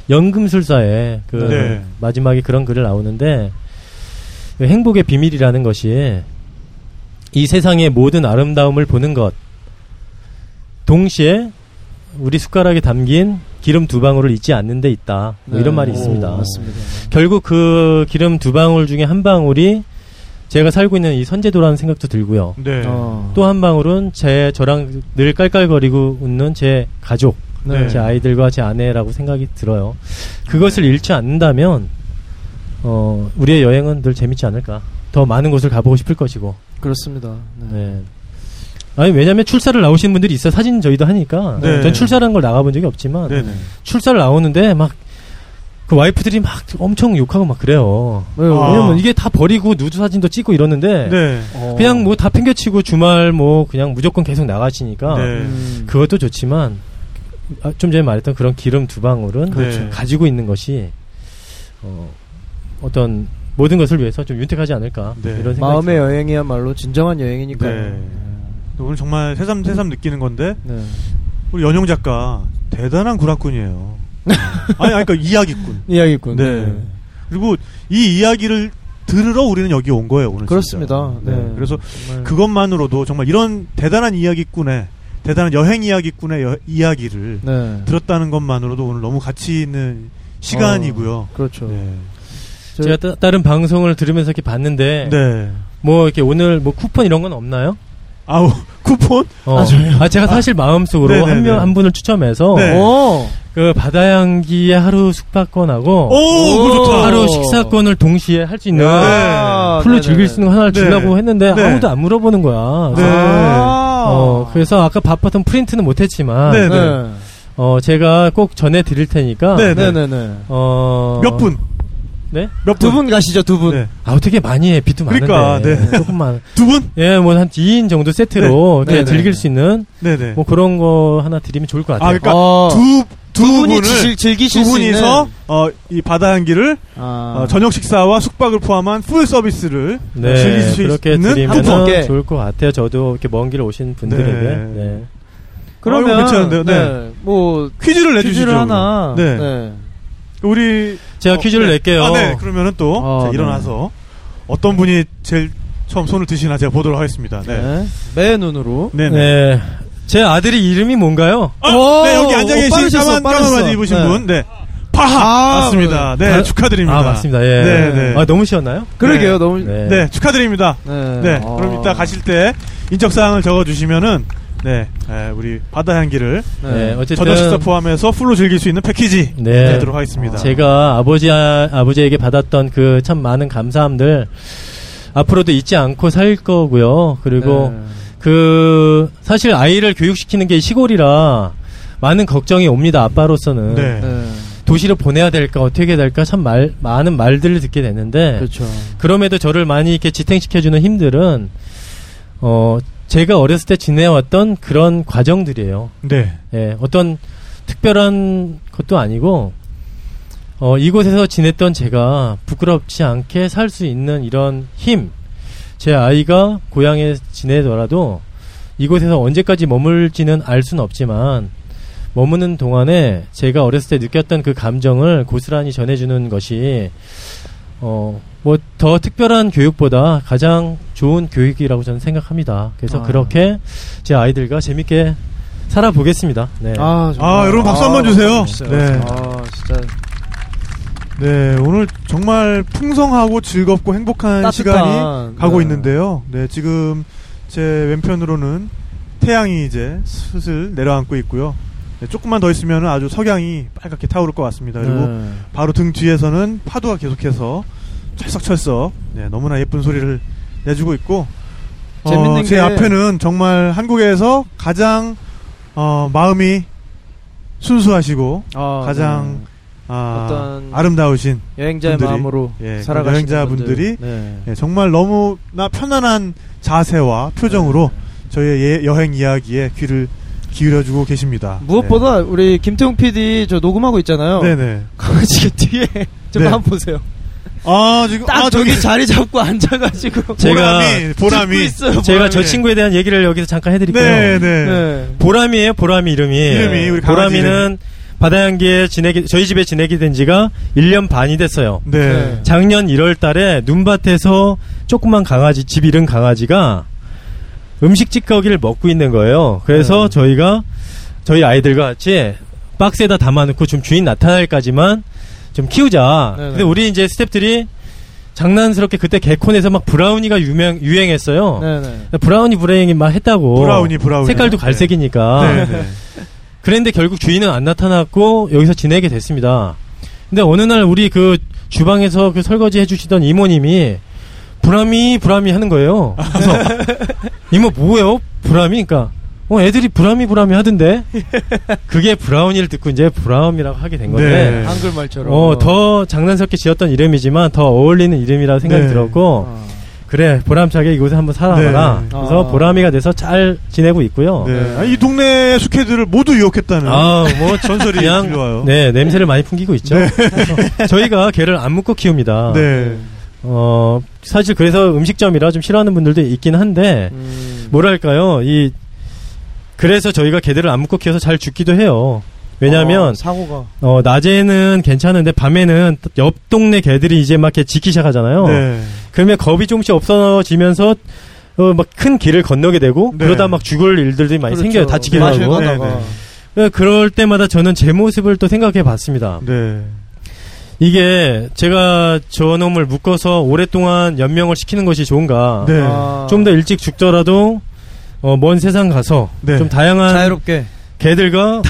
S1: 연금술사의 그,
S2: 네.
S1: 마지막에 그런 글을 나오는데, 그 행복의 비밀이라는 것이, 이 세상의 모든 아름다움을 보는 것, 동시에, 우리 숟가락에 담긴 기름 두 방울을 잊지 않는 데 있다. 뭐 이런
S3: 네.
S1: 말이
S3: 오,
S1: 있습니다.
S3: 맞습니다.
S1: 결국 그 기름 두 방울 중에 한 방울이 제가 살고 있는 이 선제도라는 생각도 들고요.
S2: 네.
S3: 어.
S1: 또 한 방울은 제 저랑 늘 깔깔거리고 웃는 제 가족,
S2: 네.
S1: 제 아이들과 제 아내라고 생각이 들어요. 그것을 잃지 않는다면 어, 우리의 여행은 늘 재밌지 않을까. 더 많은 곳을 가보고 싶을 것이고.
S3: 그렇습니다. 네.
S1: 네. 아니 왜냐면 출사를 나오시는 분들이 있어 요 사진 저희도 하니까
S2: 네.
S1: 전 출사라는 걸 나가본 적이 없지만
S2: 네. 네.
S1: 출사를 나오는데 막 그 와이프들이 막 엄청 욕하고 막 그래요.
S3: 네, 왜요?
S2: 아.
S1: 왜냐면 이게 다 버리고 누드 사진도 찍고 이러는데
S2: 네.
S3: 어.
S1: 그냥 뭐 다 팽겨치고 주말 뭐 그냥 무조건 계속 나가시니까
S2: 네.
S3: 음.
S1: 그것도 좋지만 아, 좀 전에 말했던 그런 기름 두 방울은
S3: 네.
S2: 그렇죠.
S1: 가지고 있는 것이 어, 어떤 모든 것을 위해서 좀 윤택하지 않을까
S2: 네.
S1: 이런 생각이
S3: 마음의
S1: 들어요.
S3: 여행이야말로 진정한 여행이니까요.
S2: 네. 오늘 정말 새삼 새삼 느끼는 건데
S3: 네.
S2: 우리 연영 작가 대단한 구락꾼이에요. 아니, 아니 그러니까 이야기꾼.
S3: 이야기꾼.
S2: 네. 그리고 이 이야기를 들으러 우리는 여기 온 거예요 오늘. 진짜.
S3: 그렇습니다. 네.
S2: 그래서
S3: 정말
S2: 그것만으로도 정말 이런 대단한 이야기꾼의 대단한 여행 이야기꾼의 여- 이야기를
S3: 네.
S2: 들었다는 것만으로도 오늘 너무 가치 있는 시간이고요.
S3: 그렇죠.
S2: 네.
S3: 저-
S1: 제가 따, 다른 방송을 들으면서 이렇게 봤는데
S2: 네.
S1: 뭐 이렇게 오늘 뭐 쿠폰 이런 건 없나요?
S2: 아우 쿠폰.
S1: 어.
S2: 아, 저요?
S1: 제가 사실 마음속으로
S2: 네네네.
S1: 한 명 한 분을 추첨해서
S2: 네.
S3: 오.
S1: 그 바다 향기의 하루
S3: 어.
S1: 숙박권하고
S2: 오, 그거 좋다.
S1: 하루 식사권을 동시에 할 수 있는
S3: 야.
S1: 풀로
S3: 아, 네네네.
S1: 즐길 수 있는 거 하나를
S2: 네.
S1: 주려고 했는데
S2: 네.
S1: 아무도 안 물어보는 거야.
S2: 네.
S3: 아.
S1: 어, 그래서 아까 바빴던 프린트는 못했지만
S2: 네.
S3: 네.
S1: 어, 제가 꼭 전해 드릴 테니까
S2: 네.
S3: 네, 네, 네.
S1: 어,
S2: 몇 분?
S1: 네?
S2: 몇 분?
S3: 두 분 가시죠, 두 분.
S2: 네.
S1: 아, 되게 많이 해. 빛도
S2: 그러니까,
S1: 많은데.
S2: 네.
S1: 조금만.
S2: 두 분?
S1: 예, 뭐 한 2인 정도 세트로
S3: 네.
S1: 이렇게
S3: 네네.
S1: 즐길 수 있는
S2: 네네.
S1: 뭐 그런 거 하나 드리면 좋을 것
S2: 아,
S1: 같아요.
S2: 그러니까
S3: 어,
S2: 두, 두,
S3: 두 분이
S2: 분을
S3: 즐- 즐기실
S2: 두
S3: 수 있는
S2: 분이서 어, 이 바다 향기를
S3: 아.
S2: 어, 저녁 식사와 숙박을 포함한 풀 서비스를 즐길
S1: 네,
S2: 수
S1: 그렇게
S2: 있는
S3: 쿠폰.
S1: 드리면 좋을 것 같아요. 저도 이렇게 먼 길 오신 분들에게.
S2: 네.
S1: 네.
S3: 그러면
S2: 아이고, 괜찮은데요? 네.
S3: 뭐
S2: 퀴즈를 내주시죠.
S3: 퀴즈를 하나.
S2: 네. 우리
S1: 제가 퀴즈를
S2: 네.
S1: 낼게요.
S2: 아, 네. 그러면은 또
S3: 아,
S2: 자, 일어나서 어떤 분이 제일 처음 손을 드시나 제가 보도록 하겠습니다.
S3: 네.
S2: 네.
S3: 매 눈으로.
S2: 네. 네.
S1: 네. 제 아들이 이름이 뭔가요?
S2: 아,
S3: 오,
S2: 네, 여기 앉아
S3: 오,
S2: 계신
S3: 빠르셨어,
S2: 까만 까만
S3: 빠르셨어.
S2: 바지 입으신
S3: 네.
S2: 분. 네. 파하.
S3: 아,
S2: 맞습니다. 네,
S1: 아,
S2: 축하드립니다.
S1: 아, 맞습니다. 예.
S2: 네, 네.
S1: 아, 너무 쉬웠나요?
S3: 그러게요.
S2: 네.
S3: 너무
S1: 네.
S2: 네, 축하드립니다.
S3: 네.
S2: 네.
S3: 아.
S2: 그럼 이따 가실 때 인적 사항을 적어 주시면은 네, 에, 우리 바다 향기를
S3: 네.
S1: 네, 어쨌든
S2: 저녁 식사 포함해서 풀로 즐길 수 있는 패키지
S1: 네.
S2: 내도록 하겠습니다.
S1: 제가 아버지 아, 아버지에게 받았던 그 참 많은 감사함들 앞으로도 잊지 않고 살 거고요. 그리고
S3: 네.
S1: 그 사실 아이를 교육시키는 게 시골이라 많은 걱정이 옵니다. 아빠로서는
S2: 네.
S3: 네.
S1: 도시로 보내야 될까 어떻게 해야 될까 참 말, 많은 말들을 듣게
S2: 네.
S1: 되는데
S3: 그렇죠.
S1: 그럼에도 저를 많이 이렇게 지탱시켜주는 힘들은 어 제가 어렸을 때 지내왔던 그런 과정들이에요.
S2: 네.
S1: 예, 어떤 특별한 것도 아니고 어, 이곳에서 지냈던 제가 부끄럽지 않게 살 수 있는 이런 힘, 제 아이가 고향에 지내더라도 이곳에서 언제까지 머물지는 알 수는 없지만 머무는 동안에 제가 어렸을 때 느꼈던 그 감정을 고스란히 전해주는 것이 어, 뭐 더 특별한 교육보다 가장 좋은 교육이라고 저는 생각합니다. 그래서
S3: 아.
S1: 그렇게 제 아이들과 재밌게 살아보겠습니다. 네.
S3: 아, 정말.
S2: 아, 여러분 박수 한번 주세요.
S3: 박수 주세요.
S2: 네.
S3: 아, 진짜
S2: 네, 오늘 정말 풍성하고 즐겁고 행복한
S3: 따뜻한,
S2: 시간이 가고
S3: 네.
S2: 있는데요. 네, 지금 제 왼편으로는 태양이 이제 슬슬 내려앉고 있고요. 네, 조금만 더 있으면 아주 석양이 빨갛게 타오를 것 같습니다. 그리고
S3: 네.
S2: 바로 등 뒤에서는 파도가 계속해서 철썩철썩 네, 너무나 예쁜 소리를 내주고 있고 어,
S3: 재밌는
S2: 제
S3: 게-
S2: 앞에는 정말 한국에서 가장 어, 마음이 순수하시고
S3: 아,
S2: 가장
S3: 네.
S2: 아,
S3: 어떤
S2: 아름다우신
S3: 여행자의
S2: 분들이,
S3: 마음으로
S2: 예,
S3: 살아가시는
S2: 여행자분들이
S3: 분들. 네.
S2: 예, 정말 너무나 편안한 자세와 표정으로
S3: 네.
S2: 저희의 예- 여행 이야기에 귀를 기울여주고 계십니다.
S3: 무엇보다 우리 김태웅 PD 저 녹음하고 있잖아요.
S2: 네. 네네.
S3: 강아지가 뒤에 좀
S2: 네.
S3: 한번 보세요.
S2: 아 지금
S3: 딱
S2: 아
S3: 저기
S2: 저기
S3: 자리 잡고 앉아가지고
S1: 제- 제가
S2: 보람이 보람이
S3: 듣고 있어요.
S1: 제가
S2: 보람이.
S1: 저 친구에 대한 얘기를 여기서 잠깐 해드릴게요.
S2: 네네.
S3: 네.
S1: 보람이에요, 보람이 이름이.
S2: 이름이, 우리 강아지
S1: 보람이는 바다향기에 지내게, 저희 집에 지내게 된 지가 1년 반이 됐어요.
S2: 네.
S3: 네.
S1: 작년 1월 달에 눈밭에서 조그만 강아지, 집 잃은 강아지가 음식 찌꺼기를 먹고 있는 거예요. 그래서
S3: 네.
S1: 저희가 저희 아이들과 같이 박스에다 담아놓고 좀 주인 나타날까지만 좀 키우자.
S3: 네네.
S1: 근데 우리 이제 스탭들이 장난스럽게 그때 개콘에서 막 브라우니가 유명, 유행했어요.
S3: 네네.
S1: 브라우니 브레잉이 막 했다고.
S2: 브라우니 브라우니
S1: 어, 색깔도 갈색이니까.
S2: 네. 네네.
S1: 그랬는데 결국 주인은 안 나타났고 여기서 지내게 됐습니다. 근데 어느 날 우리 그 주방에서 그 설거지 해주시던 이모님이 브라미 브라미 하는 거예요. 그래서 이모 뭐예요? 브라미? 그러니까 어 애들이 브라미 브라미 하던데 그게 브라우니를 듣고 이제 브라움이라고 하게 된 건데
S2: 네.
S3: 한글말처럼.
S1: 어 더 장난스럽게 지었던 이름이지만 더 어울리는 이름이라 생각이
S2: 네.
S1: 들었고
S3: 어.
S1: 그래 보람차게 이곳에 한번 살아봐라.
S2: 네.
S1: 그래서
S3: 아.
S1: 보람이가 돼서 잘 지내고 있고요.
S2: 네. 아, 이 동네의 숙회들을 모두 유혹했다는
S1: 어. 아, 뭐
S2: 전설이
S1: 그냥
S2: 들려와요.
S1: 네 냄새를 많이 풍기고 있죠. 그래서 저희가 개를 안 묶고 키웁니다.
S2: 네.
S1: 어 사실 그래서 음식점이라 좀 싫어하는 분들도 있긴 한데
S3: 음.
S1: 뭐랄까요 이 그래서 저희가 개들을 안 묶고 키워서 잘 죽기도 해요. 왜냐하면
S3: 아, 사고가.
S1: 어, 낮에는 괜찮은데 밤에는 옆 동네 개들이 이제 막 이렇게 지키 시작하잖아요.
S2: 네.
S1: 그러면 겁이 조금씩 없어지면서 어, 막 큰 길을 건너게 되고
S2: 네. 그렇죠.
S1: 그러다 막 죽을 일들이 많이 생겨요. 다치기도
S3: 그렇죠. 마실
S1: 하고.
S3: 거다가.
S2: 네, 네.
S1: 네, 그럴 때마다 저는 제 모습을 또 생각해 봤습니다.
S2: 네.
S1: 이게 제가 저놈을 묶어서 오랫동안 연명을 시키는 것이 좋은가.
S2: 네.
S3: 아.
S1: 좀 더 일찍 죽더라도 어, 먼 세상 가서
S2: 네.
S1: 좀 다양한
S3: 자유롭게
S1: 개들과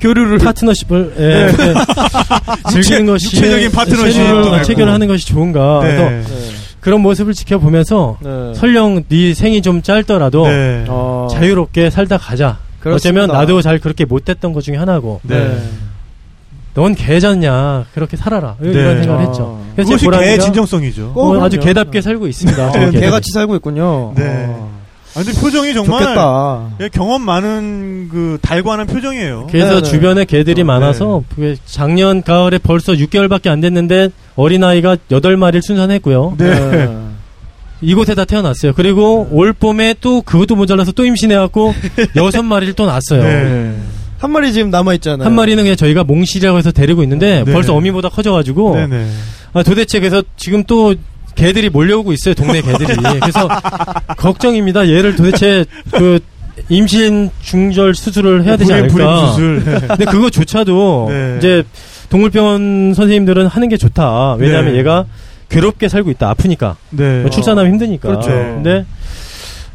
S3: 교류를
S1: 파트너십을 예,
S2: 네.
S1: 예, 즐기는 것이 네,
S2: 육체적인 파트너십도
S1: 체결,
S2: 말고.
S1: 체결하는 것이 좋은가. 아, 그래서
S2: 네.
S3: 네.
S1: 그런 모습을 지켜보면서
S3: 네.
S1: 설령 네 생이 좀 짧더라도
S2: 네.
S3: 어.
S1: 자유롭게 살다 가자.
S3: 그렇습니다.
S1: 어쩌면 나도 잘 그렇게 못했던 것 중에 하나고
S2: 네.
S1: 넌 개잖냐 그렇게 살아라 이런
S2: 네.
S1: 생각을
S3: 아.
S1: 했죠. 그래서
S2: 그것이
S1: 보람이가
S2: 개의 진정성이죠.
S3: 어,
S1: 오늘
S3: 그럼요. 어,
S1: 아주 개답게 살고 있습니다.
S2: 네,
S1: 개답게.
S3: 개같이 살고 있군요.
S2: 네.
S3: 어.
S2: 아, 근데 표정이 정말
S3: 좋겠다.
S2: 예, 경험 많은 그 달과는 표정이에요.
S1: 그래서
S3: 네네.
S1: 주변에 개들이
S2: 어,
S1: 많아서 그게 작년 가을에 벌써 6개월밖에 안 됐는데 어린 아이가 8마리를 순산했고요.
S2: 네.
S1: 이곳에다 태어났어요. 그리고 올 봄에 또 그것도 모자라서 또 임신해갖고 6마리를 또 낳았어요.
S2: 네.
S3: 한 마리 지금 남아 있잖아요.
S1: 한 마리는 그냥 저희가 몽실이라고 해서 데리고 있는데
S2: 네.
S1: 벌써 어미보다 커져가지고
S2: 네. 네.
S1: 아, 도대체 그래서 지금 또 개들이 몰려오고 있어요 동네 개들이 그래서 걱정입니다 얘를 도대체 그 임신 중절 수술을 해야 되지
S2: 불임, 불임
S1: 않을까
S2: 수술. 네.
S1: 근데 그거조차도
S2: 네.
S1: 이제 동물병원 선생님들은 하는 게 좋다 왜냐하면
S2: 네.
S1: 얘가 괴롭게 살고 있다 아프니까
S2: 네.
S1: 뭐 출산하면 힘드니까
S3: 그렇죠.
S1: 근데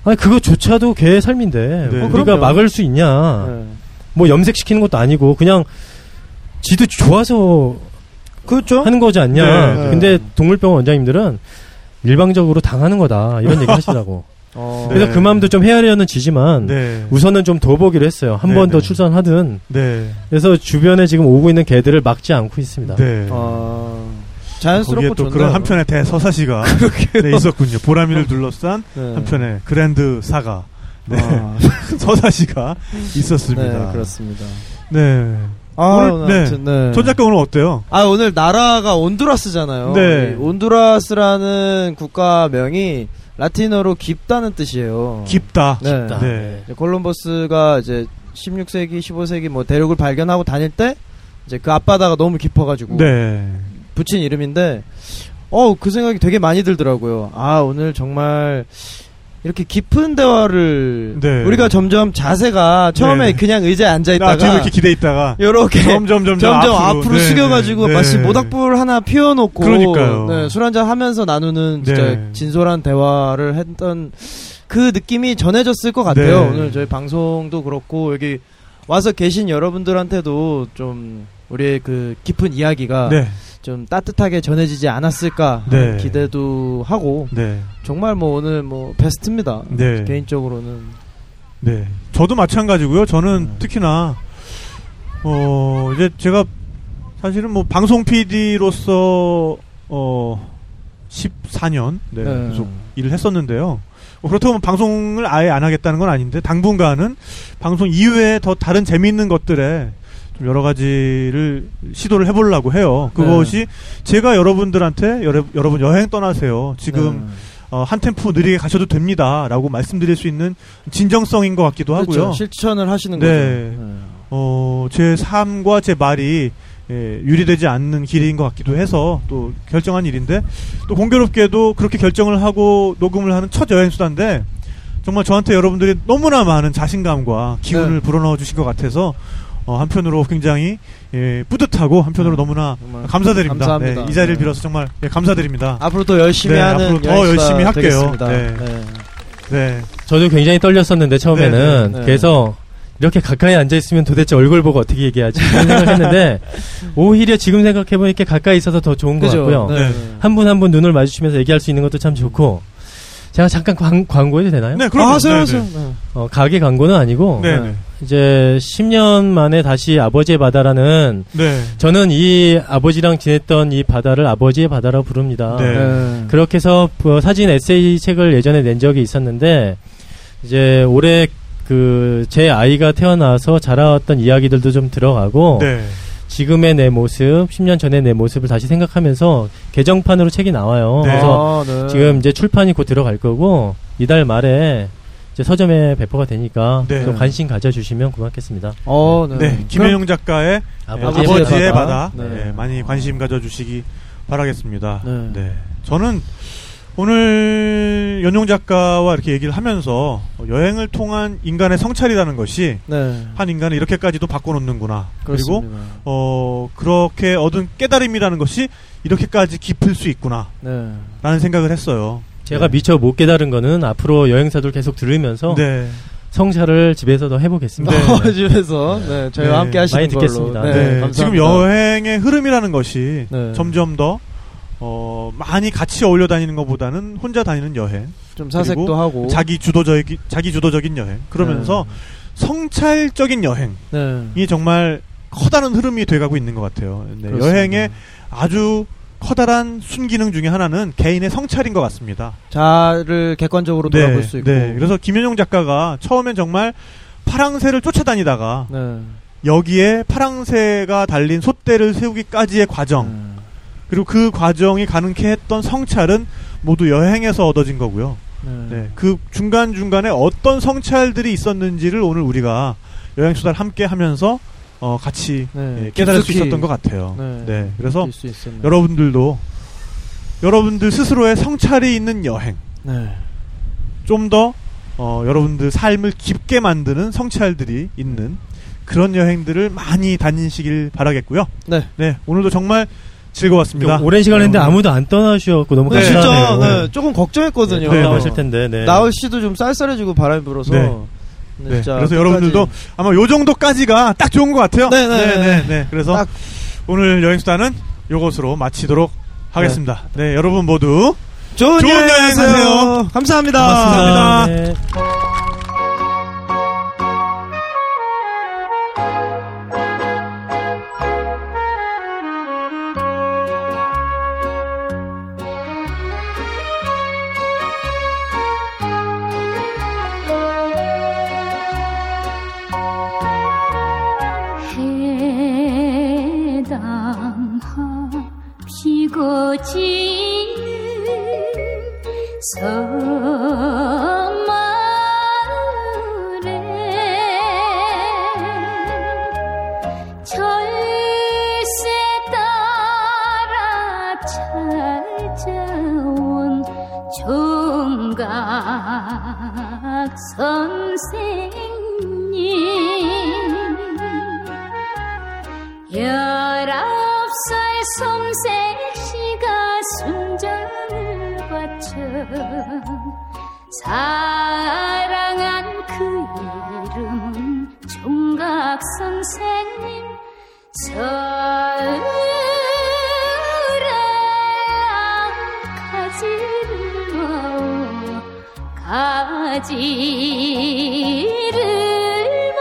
S1: 아니 그거조차도 개의 삶인데
S2: 네.
S1: 뭐 우리가
S3: 그럼요.
S1: 막을 수 있냐
S3: 네.
S1: 뭐 염색시키는 것도 아니고 그냥 지도 좋아서
S3: 그렇죠.
S1: 하는 거지 않냐.
S2: 네,
S3: 네.
S1: 근데 동물병원 원장님들은 일방적으로 당하는 거다 이런 얘기 하시더라고.
S3: 어.
S2: 네.
S1: 그래서 그 마음도 좀 헤아려는 지지만
S2: 네.
S1: 우선은 좀 둬보기로 했어요. 한
S2: 네,
S1: 번 더
S2: 네.
S1: 출산하든.
S2: 네.
S1: 그래서 주변에 지금 오고 있는 개들을 막지 않고 있습니다.
S2: 네.
S3: 어.
S2: 거기에
S3: 자연스럽고
S2: 또
S3: 좋네요.
S2: 그런 한편의 대서사시가 네, 있었군요. 보람이를 둘러싼
S3: 네.
S2: 한편의 그랜드 사가 네.
S3: 아,
S2: 서사시가
S3: 네,
S2: 있었습니다.
S3: 그렇습니다.
S2: 네.
S3: 아,
S2: 오늘- 네.
S3: 아무튼, 네.
S2: 전 작가 오늘 어때요?
S3: 아 오늘 나라가 온두라스잖아요.
S2: 네.
S3: 이 온두라스라는 국가명이 라틴어로 깊다는 뜻이에요.
S2: 깊다.
S3: 네.
S2: 깊다. 네.
S3: 이제 콜럼버스가 이제 16세기, 15세기 뭐 대륙을 발견하고 다닐 때 이제 그 앞바다가 너무 깊어가지고
S2: 네.
S3: 붙인 이름인데 어 그 생각이 되게 많이 들더라고요. 아 오늘 정말 이렇게 깊은 대화를
S2: 네.
S3: 우리가 점점 자세가 처음에
S2: 네.
S3: 그냥 의자에 앉아
S2: 나 뒤로
S3: 있다가
S2: 이렇게 기대 있다가
S3: 요렇게
S2: 점점 점점,
S3: 점점 앞으로,
S2: 네,
S3: 숙여가지고
S2: 네.
S3: 마치 모닥불 하나 피워놓고
S2: 그러니까요.
S3: 네, 술 한잔 하면서 나누는 진짜
S2: 네.
S3: 진솔한 대화를 했던 그 느낌이 전해졌을 것 같아요.
S2: 네.
S3: 오늘 저희 방송도 그렇고 여기 와서 계신 여러분들한테도 좀 우리의 그 깊은 이야기가
S2: 네.
S3: 좀 따뜻하게 전해지지 않았을까 하는
S2: 네.
S3: 기대도 하고
S2: 네.
S3: 정말 뭐 오늘 뭐 베스트입니다.
S2: 네.
S3: 개인적으로는
S2: 네. 저도 마찬가지고요. 저는
S3: 네.
S2: 특히나 어 이제 제가 사실은 뭐 방송 PD로서 어 14년 네,
S3: 네.
S2: 계속 일을 했었는데요. 어, 그렇다고 뭐 방송을 아예 안 하겠다는 건 아닌데 당분간은 방송 이외에 더 다른 재미있는 것들에 좀 여러 가지를 시도를 해보려고 해요.
S3: 네.
S2: 그것이 제가 여러분들한테 여러, 여러분 여행 떠나세요. 지금
S3: 네.
S2: 어, 한 템포 느리게 가셔도 됩니다. 라고 말씀드릴 수 있는 진정성인 것 같기도
S3: 그렇죠.
S2: 뭐 하고요.
S3: 실천을 하시는
S2: 네.
S3: 거죠. 네.
S2: 어, 제 삶과 제 말이 예, 유리되지 않는 길인 것 같기도 해서 또 결정한 일인데 또 공교롭게도 그렇게 결정을 하고 녹음을 하는 첫 여행수단인데 정말 저한테 여러분들이 너무나 많은 자신감과 기운을
S3: 네.
S2: 불어넣어 주신 것 같아서 어, 한편으로 굉장히 예, 뿌듯하고 한편으로 너무나
S3: 음, 정말
S2: 감사드립니다.
S3: 감사합니다.
S2: 네, 이 자리를
S3: 네. 아,
S2: 빌어서 정말 예, 감사드립니다.
S3: 앞으로 더 열심히
S2: 네,
S3: 하는
S2: 앞으로 더
S3: 여행수다
S2: 열심히 할게요.
S3: 되겠습니다.
S2: 네.
S3: 네.
S2: 네.
S1: 저도 굉장히 떨렸었는데 처음에는
S3: 네, 네, 네.
S1: 그래서 이렇게 가까이 앉아 있으면 도대체 얼굴 보고 어떻게 얘기하지 이런 생각을 했는데 오히려 지금 생각해 보니 이렇게 가까이 있어서 더 좋은 것
S3: 그죠?
S1: 같고요.
S3: 네.
S1: 한 분 한 분 눈을 마주치면서 얘기할 수 있는 것도 참 좋고 제가 잠깐 광, 광고해도 되나요?
S2: 네, 그럼
S3: 아, 하세요, 하세요. 네.
S1: 어, 가게 광고는 아니고
S2: 네, 네.
S1: 이제 10년 만에 다시 아버지의 바다라는
S2: 네.
S1: 저는 이 아버지랑 지냈던 이 바다를 아버지의 바다라고 부릅니다.
S2: 네.
S3: 네.
S1: 그렇게 해서 그 사진 에세이 책을 예전에 낸 적이 있었는데 이제 올해 그 제 아이가 태어나서 자라왔던 이야기들도 좀 들어가고
S2: 네.
S1: 지금의 내 모습, 10년 전의 내 모습을 다시 생각하면서 개정판으로 책이 나와요.
S2: 네.
S1: 그래서
S3: 아, 네.
S1: 지금 이제 출판이 곧 들어갈 거고 이달 말에 이제 서점에 배포가 되니까
S2: 네.
S1: 또 관심 가져주시면 고맙겠습니다. 네,
S3: 어, 네.
S2: 네, 김혜영 작가의
S1: 아버지의
S2: 아버지의,
S3: 바다.
S2: 바다, 네,
S3: 네.
S2: 많이 관심 가져주시기 바라겠습니다. 네.
S3: 네.
S2: 저는 오늘 연용 작가와 이렇게 얘기를 하면서 여행을 통한 인간의 성찰이라는 것이
S3: 네.
S2: 한 인간을 이렇게까지도 바꿔놓는구나.
S3: 그리고
S2: 그리고 어 그렇게 얻은 깨달음이라는 것이 이렇게까지 깊을 수 있구나라는
S3: 네.
S2: 생각을 했어요.
S1: 제가 미처 못 깨달은 거는 앞으로 여행사들 계속 들으면서
S2: 네,
S1: 성찰을 집에서 더 해보겠습니다. 네.
S3: 어, 집에서 네, 저희와
S2: 네.
S3: 함께 하시는
S1: 많이
S3: 걸로.
S1: 듣겠습니다.
S3: 네,
S2: 네,
S3: 감사합니다.
S2: 지금 여행의 흐름이라는 것이
S3: 네.
S2: 점점 더 어, 많이 같이 어울려 다니는 것보다는 혼자 다니는 여행.
S3: 좀 사색도
S2: 그리고
S3: 하고
S2: 자기 주도적인 자기 주도적인 여행 그러면서 성찰적인 여행이
S3: 네.
S2: 정말 커다란 흐름이 돼가고 있는 것 같아요. 네,
S3: 그렇습니다.
S2: 여행의 아주 커다란 순기능 중에 하나는 개인의 성찰인 것 같습니다.
S3: 자를 객관적으로 돌아볼 수 있고.
S2: 네, 그래서 김현용 작가가 처음엔 정말 파랑새를 쫓아다니다가
S3: 네.
S2: 여기에 파랑새가 달린 솟대를 세우기까지의 과정
S3: 네.
S2: 그리고 그 과정이 가능케 했던 성찰은 모두 여행에서 얻어진 거고요.
S3: 네.
S2: 네, 그 중간 중간에 어떤 성찰들이 있었는지를 오늘 우리가 여행 수다를 함께 하면서 어, 같이
S3: 네.
S2: 예, 깨달을 수
S3: 깊숙이
S2: 있었던 것 같아요. 네,
S3: 네.
S2: 그래서
S3: 느낄 수 있었네요.
S2: 여러분들도 여러분들 스스로의 성찰이 있는 여행
S3: 네.
S2: 좀 더 어, 여러분들 삶을 깊게 만드는 성찰들이 있는 그런 여행들을 많이 다니시길 바라겠고요.
S3: 네.
S2: 네, 오늘도 정말 즐거웠습니다.
S1: 오랜 시간 했는데
S2: 네,
S1: 아무도 안 떠나주셔서 너무
S3: 네, 진짜
S1: 감사하네요.
S3: 네, 조금 걱정했거든요.
S2: 네,
S1: 나오실 텐데. 네.
S3: 나올 씨도 좀 쌀쌀해지고 바람이 불어서.
S2: 네.
S3: 네,
S2: 네,
S3: 진짜
S2: 그래서
S3: 끝까지-
S2: 여러분들도 아마 요 정도까지가 딱 좋은 것 같아요.
S3: 네, 네,
S2: 네, 네. 그래서
S3: 딱.
S2: 오늘 여행수단은 요것으로 마치도록 하겠습니다. 네, 여러분 모두
S3: 좋은,
S2: 좋은
S3: 여행
S2: 여행
S3: 하세요.
S2: 하세요.
S3: 감사합니다.
S2: 감사합니다.
S1: 네.
S4: 해
S5: 꽃이 섬마을에 철새 따라 찾아온 총각 선생님 열아홉 살 섬세씨가 순전을 바쳐 사랑한 그 이름은 총각 선생님 서울에 가지를 모아 가지를 마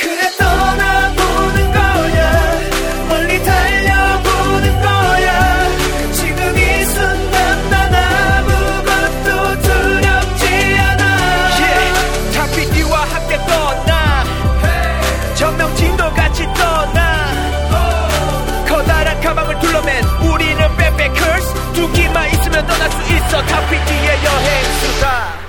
S6: 그래 떠나보는 거야 멀리 달려보는 거야 지금 이 순간 난 아무것도 두렵지 않아 탁피디와 함께 떠나 전명진도 같이 떠나 커다란 가방을 둘러맨 우리는 백패커스 두 끼만 있으면 떠날 수 있어 탁피디의 여행수다